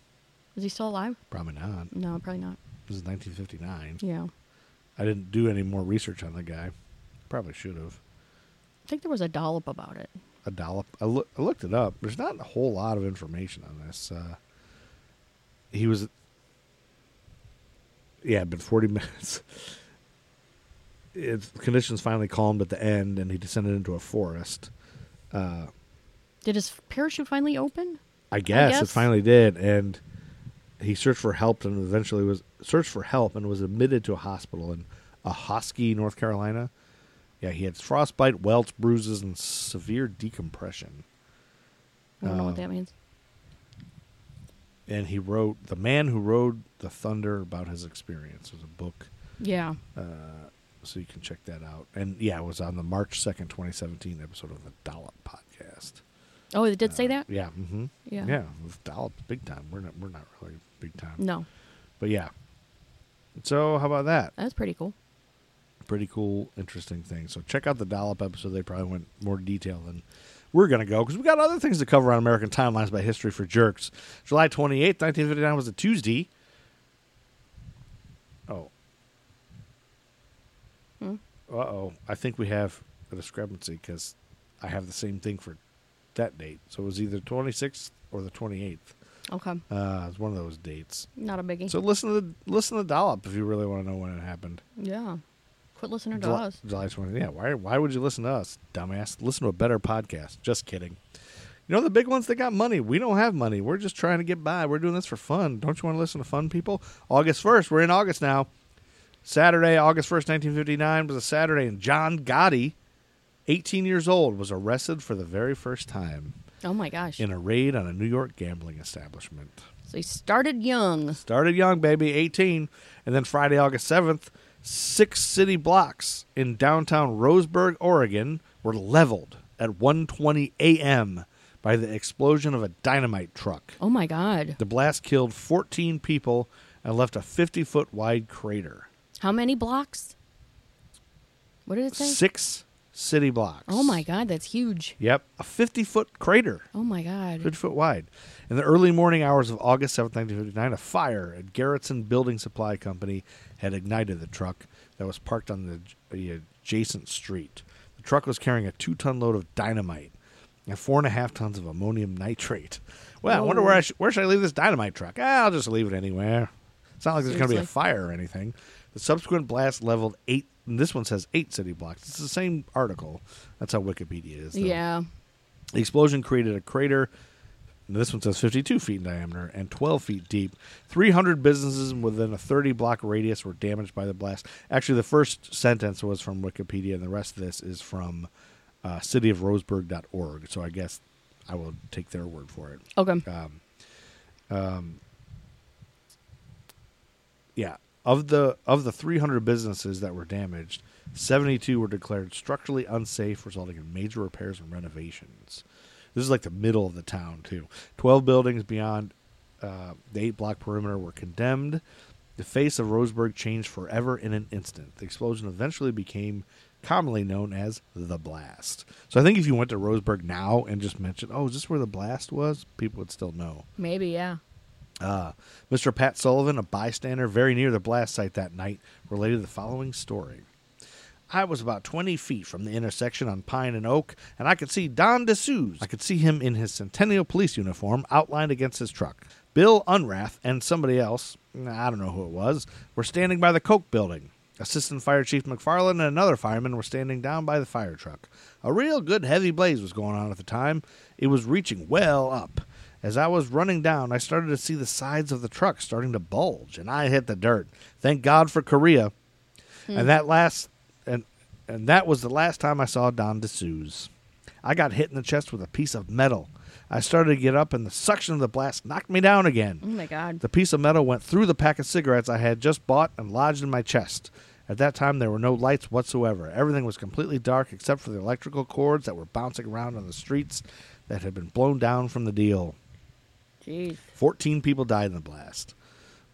[SPEAKER 3] Is he still alive?
[SPEAKER 4] Probably not.
[SPEAKER 3] No, probably not.
[SPEAKER 4] This is 1959.
[SPEAKER 3] Yeah.
[SPEAKER 4] I didn't do any more research on the guy. Probably should have.
[SPEAKER 3] I think there was a dollop about it.
[SPEAKER 4] a dollop. I, loo- I looked it up. There's not a whole lot of information on this. Uh, he was, yeah, it'd been 40 minutes. It, conditions finally calmed at the end, and he descended into a forest.
[SPEAKER 3] Did his parachute finally open?
[SPEAKER 4] I guess, it
[SPEAKER 3] guess.
[SPEAKER 4] finally did, and he searched for help, and eventually was searched for help, and was admitted to a hospital in Ahoskie, North Carolina. Yeah, he had frostbite, welts, bruises, and severe decompression.
[SPEAKER 3] I don't know
[SPEAKER 4] Uh,
[SPEAKER 3] what that means.
[SPEAKER 4] and he wrote "The Man Who Rode the Thunder" about his experience. It was a book,
[SPEAKER 3] Yeah.
[SPEAKER 4] Uh, so you can check that out. And yeah, it was on the March second, twenty seventeen episode of the Dollop podcast.
[SPEAKER 3] Oh, it did say that?
[SPEAKER 4] Yeah, mm-hmm.
[SPEAKER 3] Yeah.
[SPEAKER 4] yeah. with Dollop's big time. We're not, we're not really big time.
[SPEAKER 3] No.
[SPEAKER 4] but yeah. So how about that?
[SPEAKER 3] That's pretty cool.
[SPEAKER 4] pretty cool, interesting thing. So check out the dollop episode. They probably went more detail than we're going to go because we got other things to cover on American Timelines by History for Jerks. July 28th, 1959 was a Tuesday. Oh. Uh-oh. I think we have a discrepancy because I have the same thing for that date. So it was either 26th or the 28th.
[SPEAKER 3] Okay.
[SPEAKER 4] Uh, it's one of those dates.
[SPEAKER 3] Not a biggie.
[SPEAKER 4] So listen to the listen to the dollop if you really want to know when it happened.
[SPEAKER 3] yeah. Quit listening to
[SPEAKER 4] July,
[SPEAKER 3] us.
[SPEAKER 4] July 20th. Yeah, why, why would you listen to us, dumbass? Listen to a better podcast. Just kidding. You know, the big ones, they got money. We don't have money. We're just trying to get by. We're doing this for fun. Don't you want to listen to fun people? August 1st. We're in August now. Saturday, August 1st, 1959 was a Saturday, and John Gotti, 18 years old, was arrested for the very first time
[SPEAKER 3] Oh my gosh.
[SPEAKER 4] in a raid on a New York gambling establishment.
[SPEAKER 3] so he started young.
[SPEAKER 4] Started young, baby, 18. And then Friday, August 7th, six city blocks in downtown Roseburg, Oregon were leveled at 1:20 a.m. by the explosion of a dynamite truck.
[SPEAKER 3] Oh my god.
[SPEAKER 4] The blast killed 14 people and left a 50-foot wide crater.
[SPEAKER 3] How many blocks? What did it say?
[SPEAKER 4] Six city blocks.
[SPEAKER 3] Oh my god, that's huge.
[SPEAKER 4] Yep, a 50-foot crater.
[SPEAKER 3] Oh my god.
[SPEAKER 4] 100 foot wide. In the early morning hours of August 7, 1959, a fire at Garrettson Building Supply Company had ignited the truck that was parked on the, the adjacent street. The truck was carrying a two ton load of dynamite and four and a half tons of ammonium nitrate. Well, I wonder where I sh- where should I leave this dynamite truck? Ah, I'll just leave it anywhere. It's not like there's going to be a
[SPEAKER 3] Seriously.
[SPEAKER 4] fire or anything. The subsequent blast leveled eight. And this one says eight city blocks. It's the same article. That's how Wikipedia is. though.
[SPEAKER 3] Yeah.
[SPEAKER 4] The explosion created a crater. This one says 52 feet in diameter and 12 feet deep. 300 businesses within a 30 block radius were damaged by the blast. Actually, the first sentence was from Wikipedia, and the rest of this is from uh, cityofroseburg.org. So I guess I will take their word for it.
[SPEAKER 3] Okay.
[SPEAKER 4] Yeah. Of the of the 300 businesses that were damaged, 72 were declared structurally unsafe, resulting in major repairs and renovations. This is like the middle of the town too. 12 buildings beyond uh, the eight block perimeter were condemned. The face of Roseburg changed forever in an instant. The explosion eventually became commonly known as the blast. So I think if you went to Roseburg now and just mentioned, "Oh, is this where the blast was?" people would still know.
[SPEAKER 3] Maybe, yeah.
[SPEAKER 4] Uh, Mr. Pat Sullivan, a bystander very near the blast site that night, related the following story. I was about 20 feet from the intersection on Pine and Oak, and I could see Don DeSuze. I could see him in his Centennial police uniform outlined against his truck. Bill Unrath and somebody else, I don't know who it was, were standing by the Coke building. Assistant Fire Chief McFarland and another fireman were standing down by the fire truck. A real good heavy blaze was going on at the time. It was reaching well up. As I was running down, I started to see the sides of the truck starting to bulge, and I hit the dirt. Thank God for Korea. And that last and and that was the last time I saw Don DeSuze. I got hit in the chest with a piece of metal. I started to get up and the suction of the blast knocked me down again.
[SPEAKER 3] Oh my god.
[SPEAKER 4] The piece of metal went through the pack of cigarettes I had just bought and lodged in my chest. At that time, there were no lights whatsoever. Everything was completely dark except for the electrical cords that were bouncing around on the streets that had been blown down from the deal.
[SPEAKER 3] Jeez.
[SPEAKER 4] 14 people died in the blast.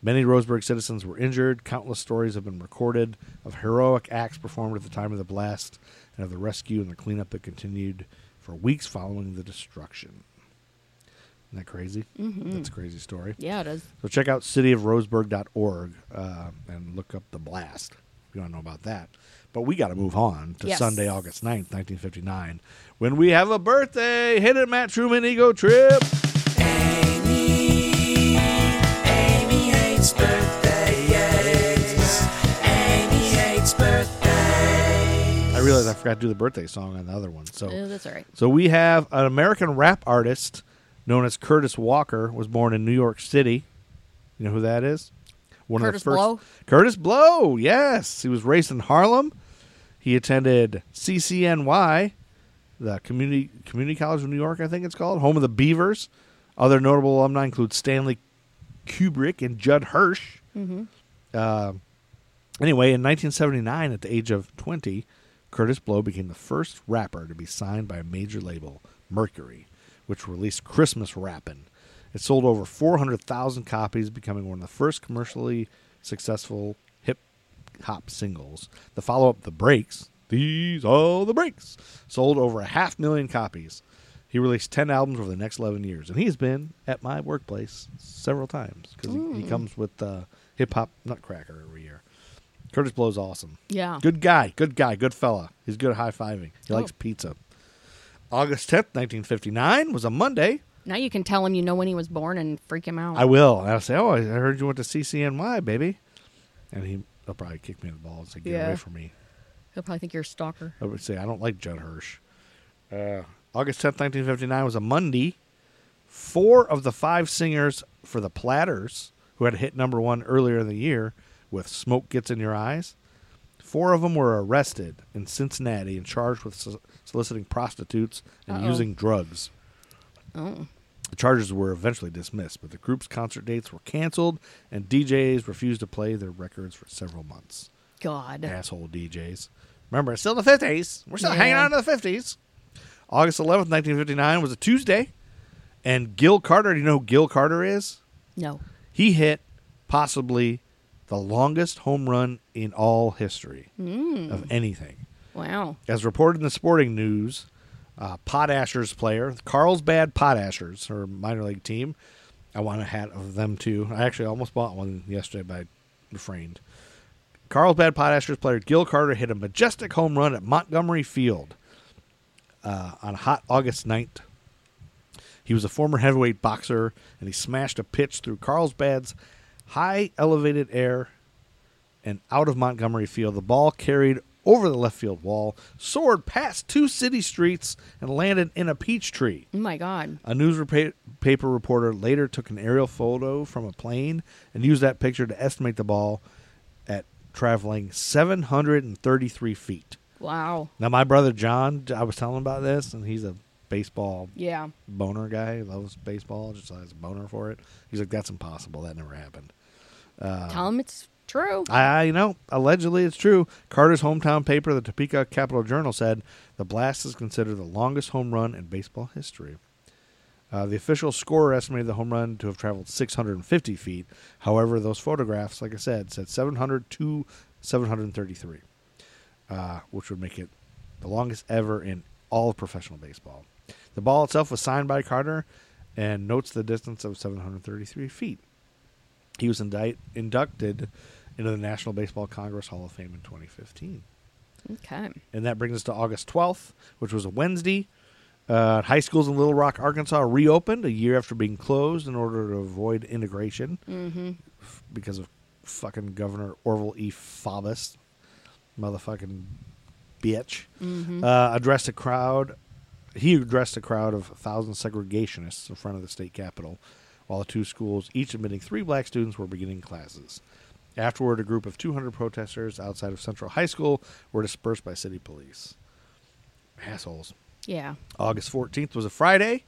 [SPEAKER 4] Many Roseburg citizens were injured. Countless stories have been recorded of heroic acts performed at the time of the blast and of the rescue and the cleanup that continued for weeks following the destruction. Isn't that crazy? Mm-hmm. That's a crazy story.
[SPEAKER 3] Yeah, it is.
[SPEAKER 4] So check out cityofroseburg.org uh, and look up the blast. If you want to know about that. But we got to move on to
[SPEAKER 3] Yes.
[SPEAKER 4] Sunday, August 9th, 1959, when we have a birthday. Hit it, Matt Truman, Ego Trip.
[SPEAKER 2] Amy hates birthdays. Amy hates birthdays.
[SPEAKER 4] I realized I forgot to do the birthday song on the other one. So
[SPEAKER 3] Uh, that's all right.
[SPEAKER 4] So we have an American rap artist known as Curtis Walker was born in New York City. You know who that is? One
[SPEAKER 3] Curtis Blow?
[SPEAKER 4] Curtis Blow. Yes, he was raised in Harlem. He attended CCNY, the community community college of New York, I think it's called, home of the Beavers. Other notable alumni include Stanley Kubrick and Judd Hirsch. Uh, anyway, in 1979, at the age of 20, Curtis Blow became the first rapper to be signed by a major label, Mercury, which released Christmas Rappin'. It sold over 400,000 copies, becoming one of the first commercially successful hip hop singles. The follow up, The Breaks, These Are the Breaks, sold over a half million copies. He released 10 albums over the next 11 years, and he has been at my workplace several times because he, he comes with uh, Hip Hop Nutcracker every year. Curtis Blow's awesome.
[SPEAKER 3] Yeah. Oh.
[SPEAKER 4] Good guy, good guy, good fella. He's good at high fiving. He likes pizza. August 10th, 1959 was a Monday.
[SPEAKER 3] Now you can tell him you know when he was born and freak him out.
[SPEAKER 4] I will. And I'll say, "Oh, I I heard you went to CCNY, baby," and he, he'll probably kick me in the balls and say, "Get away
[SPEAKER 3] Yeah.
[SPEAKER 4] from me."
[SPEAKER 3] He'll probably think you're a stalker.
[SPEAKER 4] I would say, "I don't like Judd Hirsch." Uh, August tenth, nineteen fifty nine, was a Monday. Four of the five singers for the Platters, who had hit number one earlier in the year with "Smoke Gets in Your Eyes," four of them were arrested in Cincinnati and charged with so- soliciting prostitutes and
[SPEAKER 3] Uh-oh.
[SPEAKER 4] using drugs.
[SPEAKER 3] Oh.
[SPEAKER 4] The charges were eventually dismissed, but the group's concert dates were canceled, and DJs refused to play their records for several months.
[SPEAKER 3] God.
[SPEAKER 4] Asshole DJs. Remember, it's still the 50s. We're still hanging
[SPEAKER 3] Yeah.
[SPEAKER 4] on to the 50s. August 11th, 1959 was a Tuesday, and Gil Carter, do you know who Gil Carter is?
[SPEAKER 3] No.
[SPEAKER 4] He hit possibly the longest home run in all history of anything.
[SPEAKER 3] Wow.
[SPEAKER 4] As reported in the sporting news, uh, Potashers player, Carlsbad Potashers, or minor league team. I want a hat of them too. I actually almost bought one yesterday, but I refrained. Carlsbad Potashers player Gil Carter hit a majestic home run at Montgomery Field uh, on a hot August 9th. He was a former heavyweight boxer, and he smashed a pitch through Carlsbad's high elevated air and out of Montgomery Field. The ball carried over the left field wall, soared past two city streets, and landed in a peach tree.
[SPEAKER 3] Oh my God.
[SPEAKER 4] A newspaper reporter later took an aerial photo from a plane and used that picture to estimate the ball at traveling 733 feet.
[SPEAKER 3] Wow.
[SPEAKER 4] Now, my brother John, I was telling him about this, and he's a baseball
[SPEAKER 3] Yeah.
[SPEAKER 4] boner guy. He loves baseball, just has a boner for it. He's like, that's impossible. That never happened. Uh,
[SPEAKER 3] tell him it's true.
[SPEAKER 4] I, you know, allegedly it's true. Carter's hometown paper, the Topeka Capital Journal, said the blast is considered the longest home run in baseball history. Uh, the official scorer estimated the home run to have traveled 650 feet. However, those photographs, like I said, said 700 to 733, uh, which would make it the longest ever in all of professional baseball. The ball itself was signed by Carter and notes the distance of 733 feet. He was indict, inducted into the National Baseball Congress Hall of Fame in 2015.
[SPEAKER 3] okay.
[SPEAKER 4] And that brings us to August 12th, which was a Wednesday. Uh, high schools in Little Rock, Arkansas reopened a year after being closed in order to avoid integration f- because of fucking Governor Orville E. Faubus, motherfucking bitch, uh, addressed a crowd. He addressed a crowd of 1,000 segregationists in front of the state capitol, while the two schools, each admitting three black students, were beginning classes. Afterward, a group of 200 protesters outside of Central High School were dispersed by city police. Assholes.
[SPEAKER 3] Yeah.
[SPEAKER 4] August 14th was a Friday,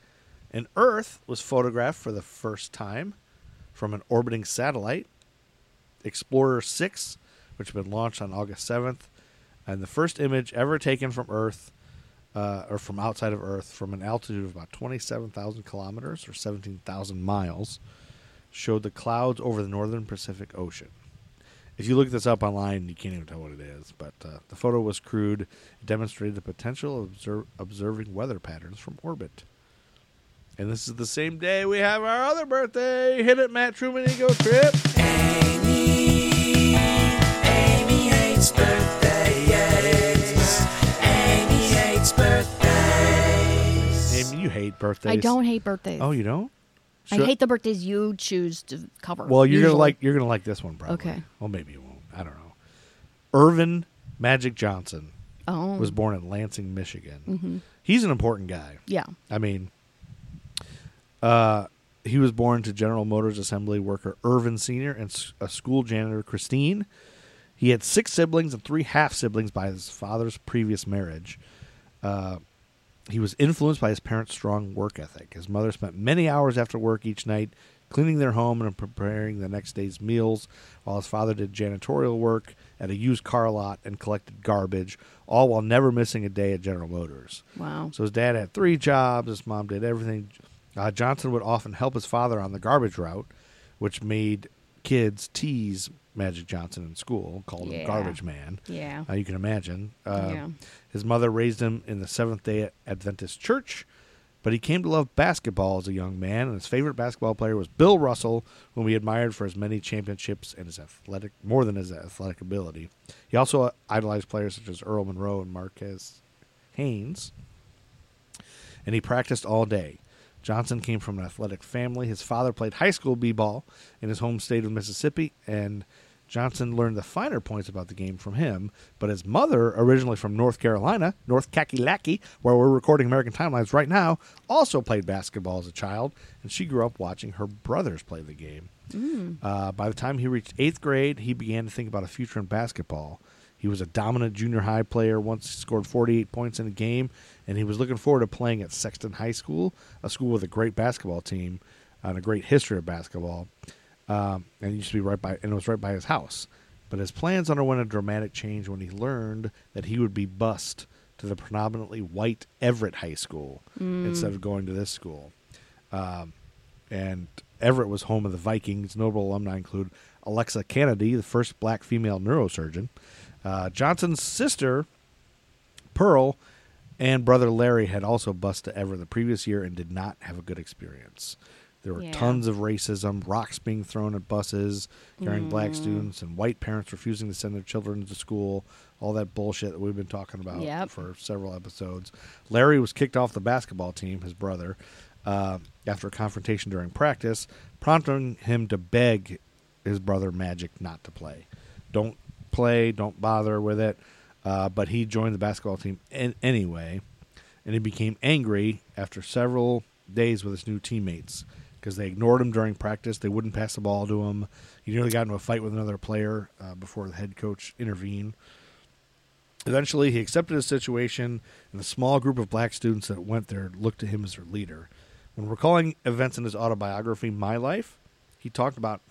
[SPEAKER 4] and Earth was photographed for the first time from an orbiting satellite, Explorer 6, which had been launched on August 7th, and the first image ever taken from Earth uh, or from outside of Earth from an altitude of about 27,000 kilometers or 17,000 miles showed the clouds over the northern Pacific Ocean. If you look this up online, you can't even tell what it is. But uh, the photo was crude. It demonstrated the potential of observ- observing weather patterns from orbit. And this is the same day we have our other birthday. Hit it, Matt Truman Ego Trip.
[SPEAKER 2] Amy hates birthdays. Amy hates birthdays.
[SPEAKER 4] Amy, you hate birthdays.
[SPEAKER 3] I don't hate birthdays.
[SPEAKER 4] Oh, you don't?
[SPEAKER 3] I
[SPEAKER 4] Should-
[SPEAKER 3] hate the birthdays you choose to cover.
[SPEAKER 4] Well, you're
[SPEAKER 3] usually.
[SPEAKER 4] gonna like you're gonna like this one probably.
[SPEAKER 3] Okay.
[SPEAKER 4] Well, maybe you won't. I don't know. Irvin Magic Johnson
[SPEAKER 3] Oh.
[SPEAKER 4] was born in Lansing, Michigan.
[SPEAKER 3] Mm-hmm.
[SPEAKER 4] He's an important guy.
[SPEAKER 3] yeah.
[SPEAKER 4] I mean, uh, he was born to General Motors assembly worker Irvin Sr. and s- a school janitor, Christine. He had six siblings and three half siblings by his father's previous marriage. Uh, he was influenced by his parents' strong work ethic. His mother spent many hours after work each night cleaning their home and preparing the next day's meals, while his father did janitorial work at a used car lot and collected garbage, all while never missing a day at General Motors.
[SPEAKER 3] Wow.
[SPEAKER 4] So his dad had three jobs. His mom did everything. Uh, Johnson would often help his father on the garbage route, which made kids tease Magic Johnson in school, called him
[SPEAKER 3] Yeah.
[SPEAKER 4] Garbage Man.
[SPEAKER 3] Yeah.
[SPEAKER 4] Uh, you can imagine. Uh,
[SPEAKER 3] Yeah.
[SPEAKER 4] His mother raised him in the Seventh day Adventist church, but he came to love basketball as a young man, and his favorite basketball player was Bill Russell, whom he admired for his many championships and his athletic, more than his athletic ability. He also idolized players such as Earl Monroe and Marquez Haynes and he practiced all day. Johnson came from an athletic family. His father played high school b ball in his home state of Mississippi, and Johnson learned the finer points about the game from him. But his mother, originally from North Carolina, North Kakalaki, where we're recording American Timelines right now, also played basketball as a child, and she grew up watching her brothers play the game. Uh, by the time he reached eighth grade, he began to think about a future in basketball. He was a dominant junior high player, once scored 48 points in a game, and he was looking forward to playing at Sexton High School, a school with a great basketball team and a great history of basketball. Um, and it used to be right by, and it was right by his house. But his plans underwent a dramatic change when he learned that he would be bused to the predominantly white Everett High School instead of going to this school and Everett was home of the Vikings. Notable alumni include Alexa Kennedy, the first black female neurosurgeon, uh, Johnson's sister, Pearl, and brother Larry had also bust to Everett the previous year and did not have a good experience. There were
[SPEAKER 3] Yeah.
[SPEAKER 4] tons of racism, rocks being thrown at buses carrying black students, and white parents refusing to send their children to school. All that bullshit that we've been talking about
[SPEAKER 3] Yep.
[SPEAKER 4] for for several episodes. Larry was kicked off the basketball team, his brother, uh, after a confrontation during practice, prompting him to beg his brother Magic not to play. Don't play, don't bother with it. Uh, but he joined the basketball team an anyway, and he became angry after several days with his new teammates because they ignored him during practice. They wouldn't pass the ball to him. He nearly got into a fight with another player uh, before the head coach intervened. Eventually, he accepted his situation, and the small group of black students that went there looked to him as their leader. When recalling events in his autobiography, My Life, he talked about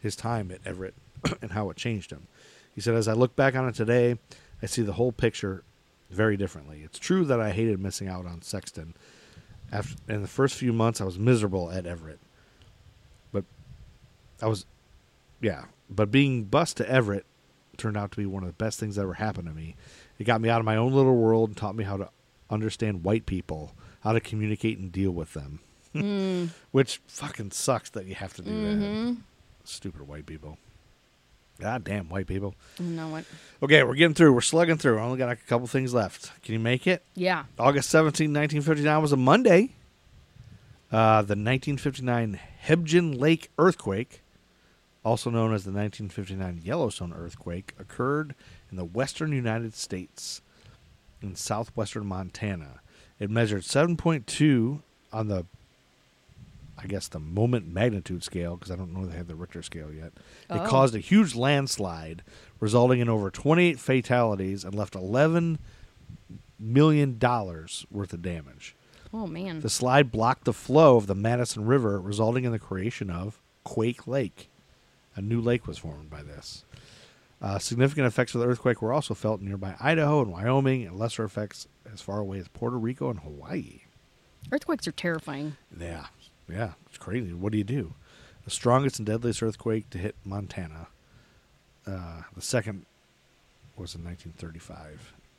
[SPEAKER 4] his time at Everett and how it changed him. He said, As I look back on it today, I see the whole picture very differently. It's true that I hated missing out on Sexton. After, in the first few months, I was miserable at Everett. But I was yeah, but being bused to Everett turned out to be one of the best things that ever happened to me. It got me out of my own little world and taught me how to understand white people, how to communicate and deal with them. Which fucking sucks that you have to do that. Stupid white people. Goddamn white people.
[SPEAKER 3] You know what?
[SPEAKER 4] Okay, we're getting through. We're slugging through. I only got like a couple things left. Can you make it?
[SPEAKER 3] Yeah.
[SPEAKER 4] August 17, 1959 was a Monday. Uh, the 1959 Hebgen Lake earthquake, also known as the 1959 Yellowstone earthquake, occurred in the western United States in southwestern Montana. It measured 7.2 on the, I guess, the moment magnitude scale, because I don't know they have the Richter scale yet. It
[SPEAKER 3] Oh.
[SPEAKER 4] caused a huge landslide, resulting in over 28 fatalities and left 11 million dollars worth of damage.
[SPEAKER 3] Oh man.
[SPEAKER 4] The slide blocked the flow of the Madison River, resulting in the creation of Quake Lake. A new lake was formed by this. Uh, significant effects of the earthquake were also felt in nearby Idaho and Wyoming, and lesser effects as far away as Puerto Rico and Hawaii.
[SPEAKER 3] Earthquakes are terrifying.
[SPEAKER 4] Yeah, yeah, it's crazy. What do you do? The strongest and deadliest earthquake to hit Montana. Uh, the second was in 1935,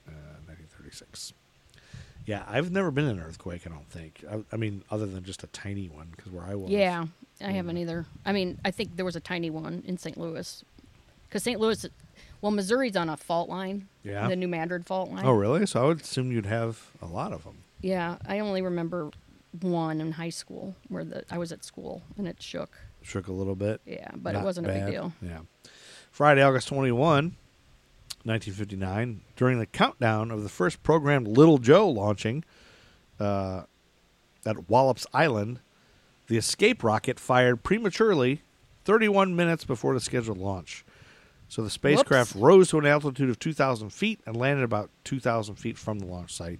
[SPEAKER 4] uh, 1936. Yeah, I've never been in an earthquake. I don't think. I, I mean, other than just a tiny one, because where I was.
[SPEAKER 3] Yeah, I haven't either. I mean, I think there was a tiny one in St. Louis, because St. Louis, well, Missouri's on a fault line.
[SPEAKER 4] Yeah.
[SPEAKER 3] The New Madrid fault line.
[SPEAKER 4] Oh, really? So I would assume you'd have a lot of them.
[SPEAKER 3] Yeah, I only remember one in high school where the I was at school and it shook.
[SPEAKER 4] Shook a little bit.
[SPEAKER 3] Yeah, but it
[SPEAKER 4] Not
[SPEAKER 3] wasn't a
[SPEAKER 4] bad.
[SPEAKER 3] big deal.
[SPEAKER 4] Yeah. Friday, August 21, 1959, during the countdown of the first programmed Little Joe launching uh, at Wallops Island, the escape rocket fired prematurely 31 minutes before the scheduled launch. So the spacecraft rose to an altitude of 2,000 feet and landed about 2,000 feet from the launch site.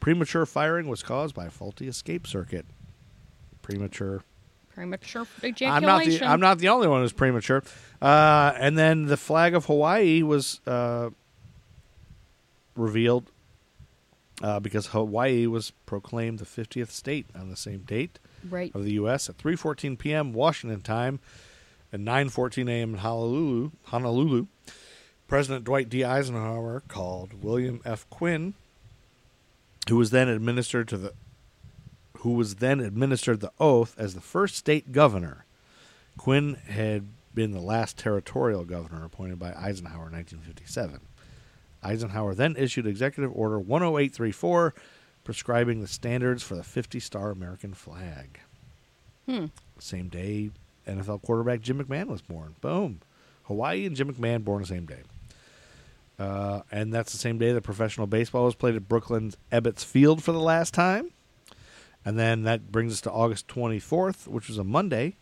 [SPEAKER 4] Premature firing was caused by a faulty escape circuit. Premature
[SPEAKER 3] Premature
[SPEAKER 4] I'm
[SPEAKER 3] ejaculation.
[SPEAKER 4] not the I'm not the only one who's premature. Uh, and then the flag of Hawaii was uh, revealed uh, because Hawaii was proclaimed the 50th state on the same date
[SPEAKER 3] right.
[SPEAKER 4] of the U.S. at 3:14 p.m. Washington time and 9:14 a.m. in Honolulu. Honolulu. President Dwight D. Eisenhower called William F. Quinn, who was then administered to the who was then administered the oath as the first state governor. Quinn had been the last territorial governor appointed by Eisenhower in 1957. Eisenhower then issued Executive Order 10834, prescribing the standards for the 50 star American flag. Same day, NFL quarterback Jim McMahon was born. Boom. Hawaii and Jim McMahon born the same day. Uh, and that's the same day that professional baseball was played at Brooklyn's Ebbets Field for the last time. And then that brings us to August 24th, which was a Monday.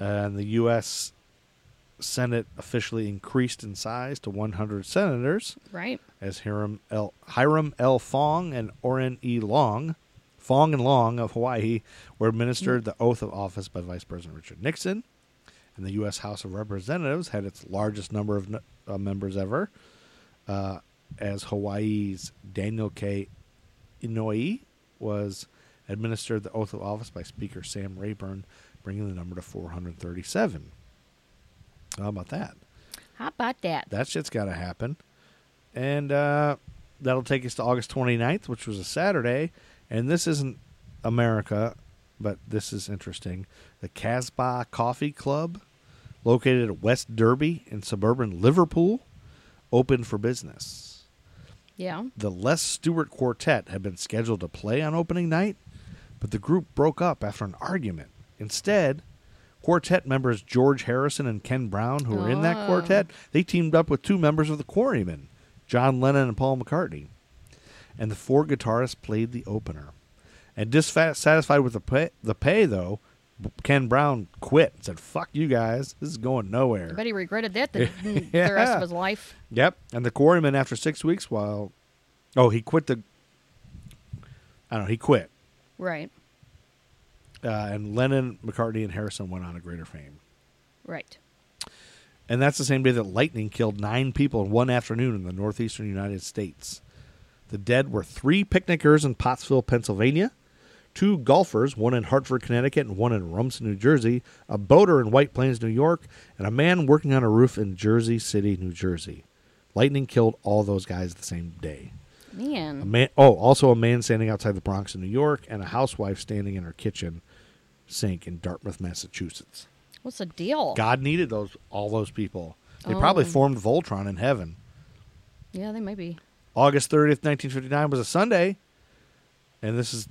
[SPEAKER 4] And the U.S. Senate officially increased in size to 100 senators
[SPEAKER 3] Right.
[SPEAKER 4] as Hiram L. Hiram L. Fong and Orrin E. Long, Fong and Long of Hawaii, were administered the oath of office by Vice President Richard Nixon. And the U.S. House of Representatives had its largest number of n- uh, members ever, uh, as Hawaii's Daniel K. Inouye was administered the oath of office by Speaker Sam Rayburn, bringing the number to 437. How about that?
[SPEAKER 3] How about that?
[SPEAKER 4] That shit's got to happen. And uh, that'll take us to August 29th, which was a Saturday. And this isn't America, but this is interesting. The Casbah Coffee Club, located at West Derby in suburban Liverpool, opened for business.
[SPEAKER 3] Yeah.
[SPEAKER 4] The Les Stewart Quartet had been scheduled to play on opening night, but the group broke up after an argument. Instead, quartet members George Harrison and Ken Brown, who were in that
[SPEAKER 3] Oh.
[SPEAKER 4] quartet, they teamed up with two members of the Quarrymen, John Lennon and Paul McCartney. And the four guitarists played the opener. And dissatisfied with the pay, the pay though, B- Ken Brown quit and said, "Fuck you guys, this is going nowhere."
[SPEAKER 3] I bet he regretted that the, the rest of his life.
[SPEAKER 4] Yep. And the quarryman after six weeks while Oh, he quit the I don't know, he quit.
[SPEAKER 3] Right.
[SPEAKER 4] Uh, and Lennon, McCartney, and Harrison went on to greater fame.
[SPEAKER 3] Right.
[SPEAKER 4] And that's the same day that lightning killed nine people in one afternoon in the northeastern United States. The dead were three picnickers in Pottsville, Pennsylvania, two golfers, one in Hartford, Connecticut, and one in Rumson, New Jersey, a boater in White Plains, New York, and a man working on a roof in Jersey City, New Jersey. Lightning killed all those guys the same day. A
[SPEAKER 3] Man.
[SPEAKER 4] man, oh, also a man standing outside the Bronx in New York, and a housewife standing in her kitchen sink in Dartmouth, Massachusetts.
[SPEAKER 3] What's the deal?
[SPEAKER 4] God needed those all those people. They
[SPEAKER 3] Oh.
[SPEAKER 4] probably formed Voltron in heaven.
[SPEAKER 3] Yeah, they may be.
[SPEAKER 4] August 30th, 1959 was a Sunday. And this is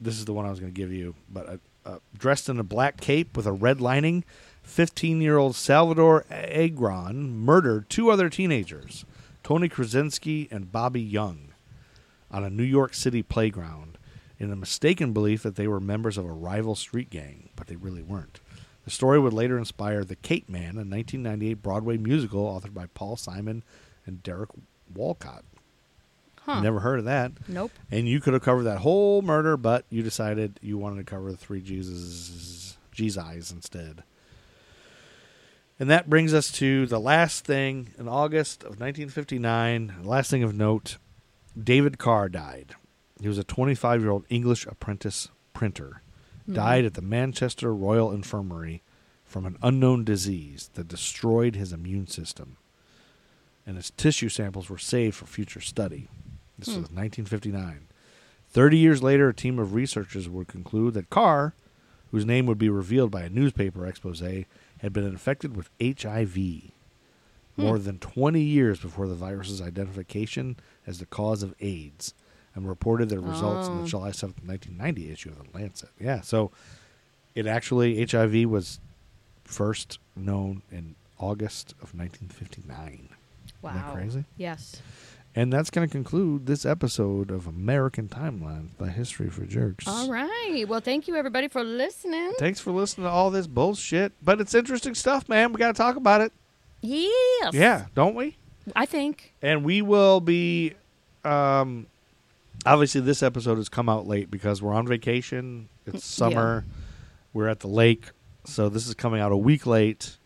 [SPEAKER 4] this is the one I was going to give you, but uh, uh, dressed in a black cape with a red lining, 15-year-old Salvador Agron murdered two other teenagers, Tony Krasinski and Bobby Young, on a New York City playground in the mistaken belief that they were members of a rival street gang, but they really weren't. The story would later inspire The Cape Man, a 1998 Broadway musical authored by Paul Simon and Derek Walcott.
[SPEAKER 3] Huh.
[SPEAKER 4] Never heard of that.
[SPEAKER 3] Nope.
[SPEAKER 4] And you could have covered that whole murder, but you decided you wanted to cover the three Jesus Jesus instead. And that brings us to the last thing in August of 1959. Last thing of note, David Carr died. He was a 25-year-old English apprentice printer.
[SPEAKER 3] Hmm.
[SPEAKER 4] Died at the Manchester Royal Infirmary from an unknown disease that destroyed his immune system and his tissue samples were saved for future study. This was 1959. Thirty years later, a team of researchers would conclude that Carr, whose name would be revealed by a newspaper expose, had been infected with HIV more than 20 years before the virus's identification as the cause of AIDS and reported their results in
[SPEAKER 3] Oh.
[SPEAKER 4] the July 7th, 1990 issue of The Lancet. Yeah, so it actually, HIV was first known in August of 1959.
[SPEAKER 3] Wow.
[SPEAKER 4] that crazy?
[SPEAKER 3] Yes.
[SPEAKER 4] And that's going to conclude this episode of American Timeline, the history for jerks.
[SPEAKER 3] All right. Well, thank you everybody for listening.
[SPEAKER 4] Thanks for listening to all this bullshit, but it's interesting stuff, man. We got to talk about it.
[SPEAKER 3] Yes.
[SPEAKER 4] Yeah, don't we?
[SPEAKER 3] I think.
[SPEAKER 4] And we will be. Um, obviously, this episode has come out late because we're on vacation. It's
[SPEAKER 3] Yeah.
[SPEAKER 4] summer. We're at the lake, so this is coming out a week late.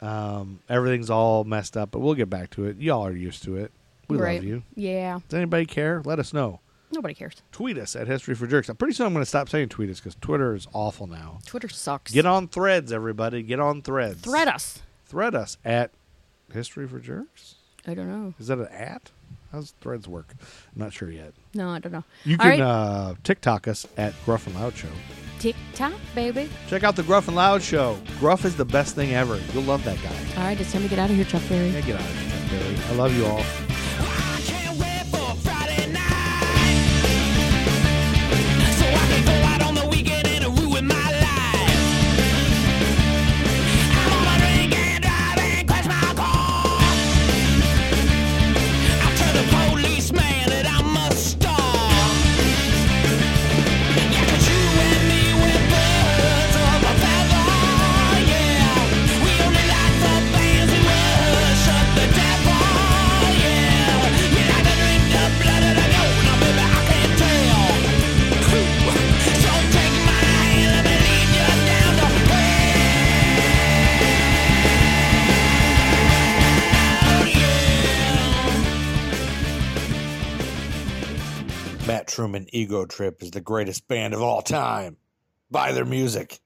[SPEAKER 4] Um, everything's all messed up, but we'll get back to it. Y'all are used to it. We
[SPEAKER 3] right?
[SPEAKER 4] love you.
[SPEAKER 3] Yeah.
[SPEAKER 4] Does anybody care? Let us know.
[SPEAKER 3] Nobody cares.
[SPEAKER 4] Tweet us at History for Jerks. I'm pretty soon I'm going to stop saying tweet us because Twitter is awful now.
[SPEAKER 3] Twitter sucks.
[SPEAKER 4] Get on threads, everybody. Get on threads.
[SPEAKER 3] Thread us.
[SPEAKER 4] Thread us at History for Jerks.
[SPEAKER 3] I don't know.
[SPEAKER 4] Is that an at? How's threads work? I'm not sure yet.
[SPEAKER 3] No, I don't know.
[SPEAKER 4] You
[SPEAKER 3] All
[SPEAKER 4] can
[SPEAKER 3] right.
[SPEAKER 4] uh, TikTok us at Gruff and Loud Show.
[SPEAKER 3] TikTok, baby.
[SPEAKER 4] Check out the Gruff and Loud Show. Gruff is the best thing ever. You'll love that guy.
[SPEAKER 3] All right, it's time to get out of here, Chuck Berry.
[SPEAKER 4] Yeah, get out of here, Chuck Berry. I love you all.
[SPEAKER 5] I can't wait for Friday night, so I can go out on the weekend and ruin my life. I wanna drink and drive and crash my car. I tell the policeman that I'm a star. Yeah, 'cause you and me were birds of a feather. Yeah, we only like the things we worship the devil. Yeah, we like to drink the blood of the goat. Now, baby, I can't tell. So take my hand and lead you down the path. Yeah.
[SPEAKER 6] Matt Truman Ego Trip is the greatest band of all time. Buy their music.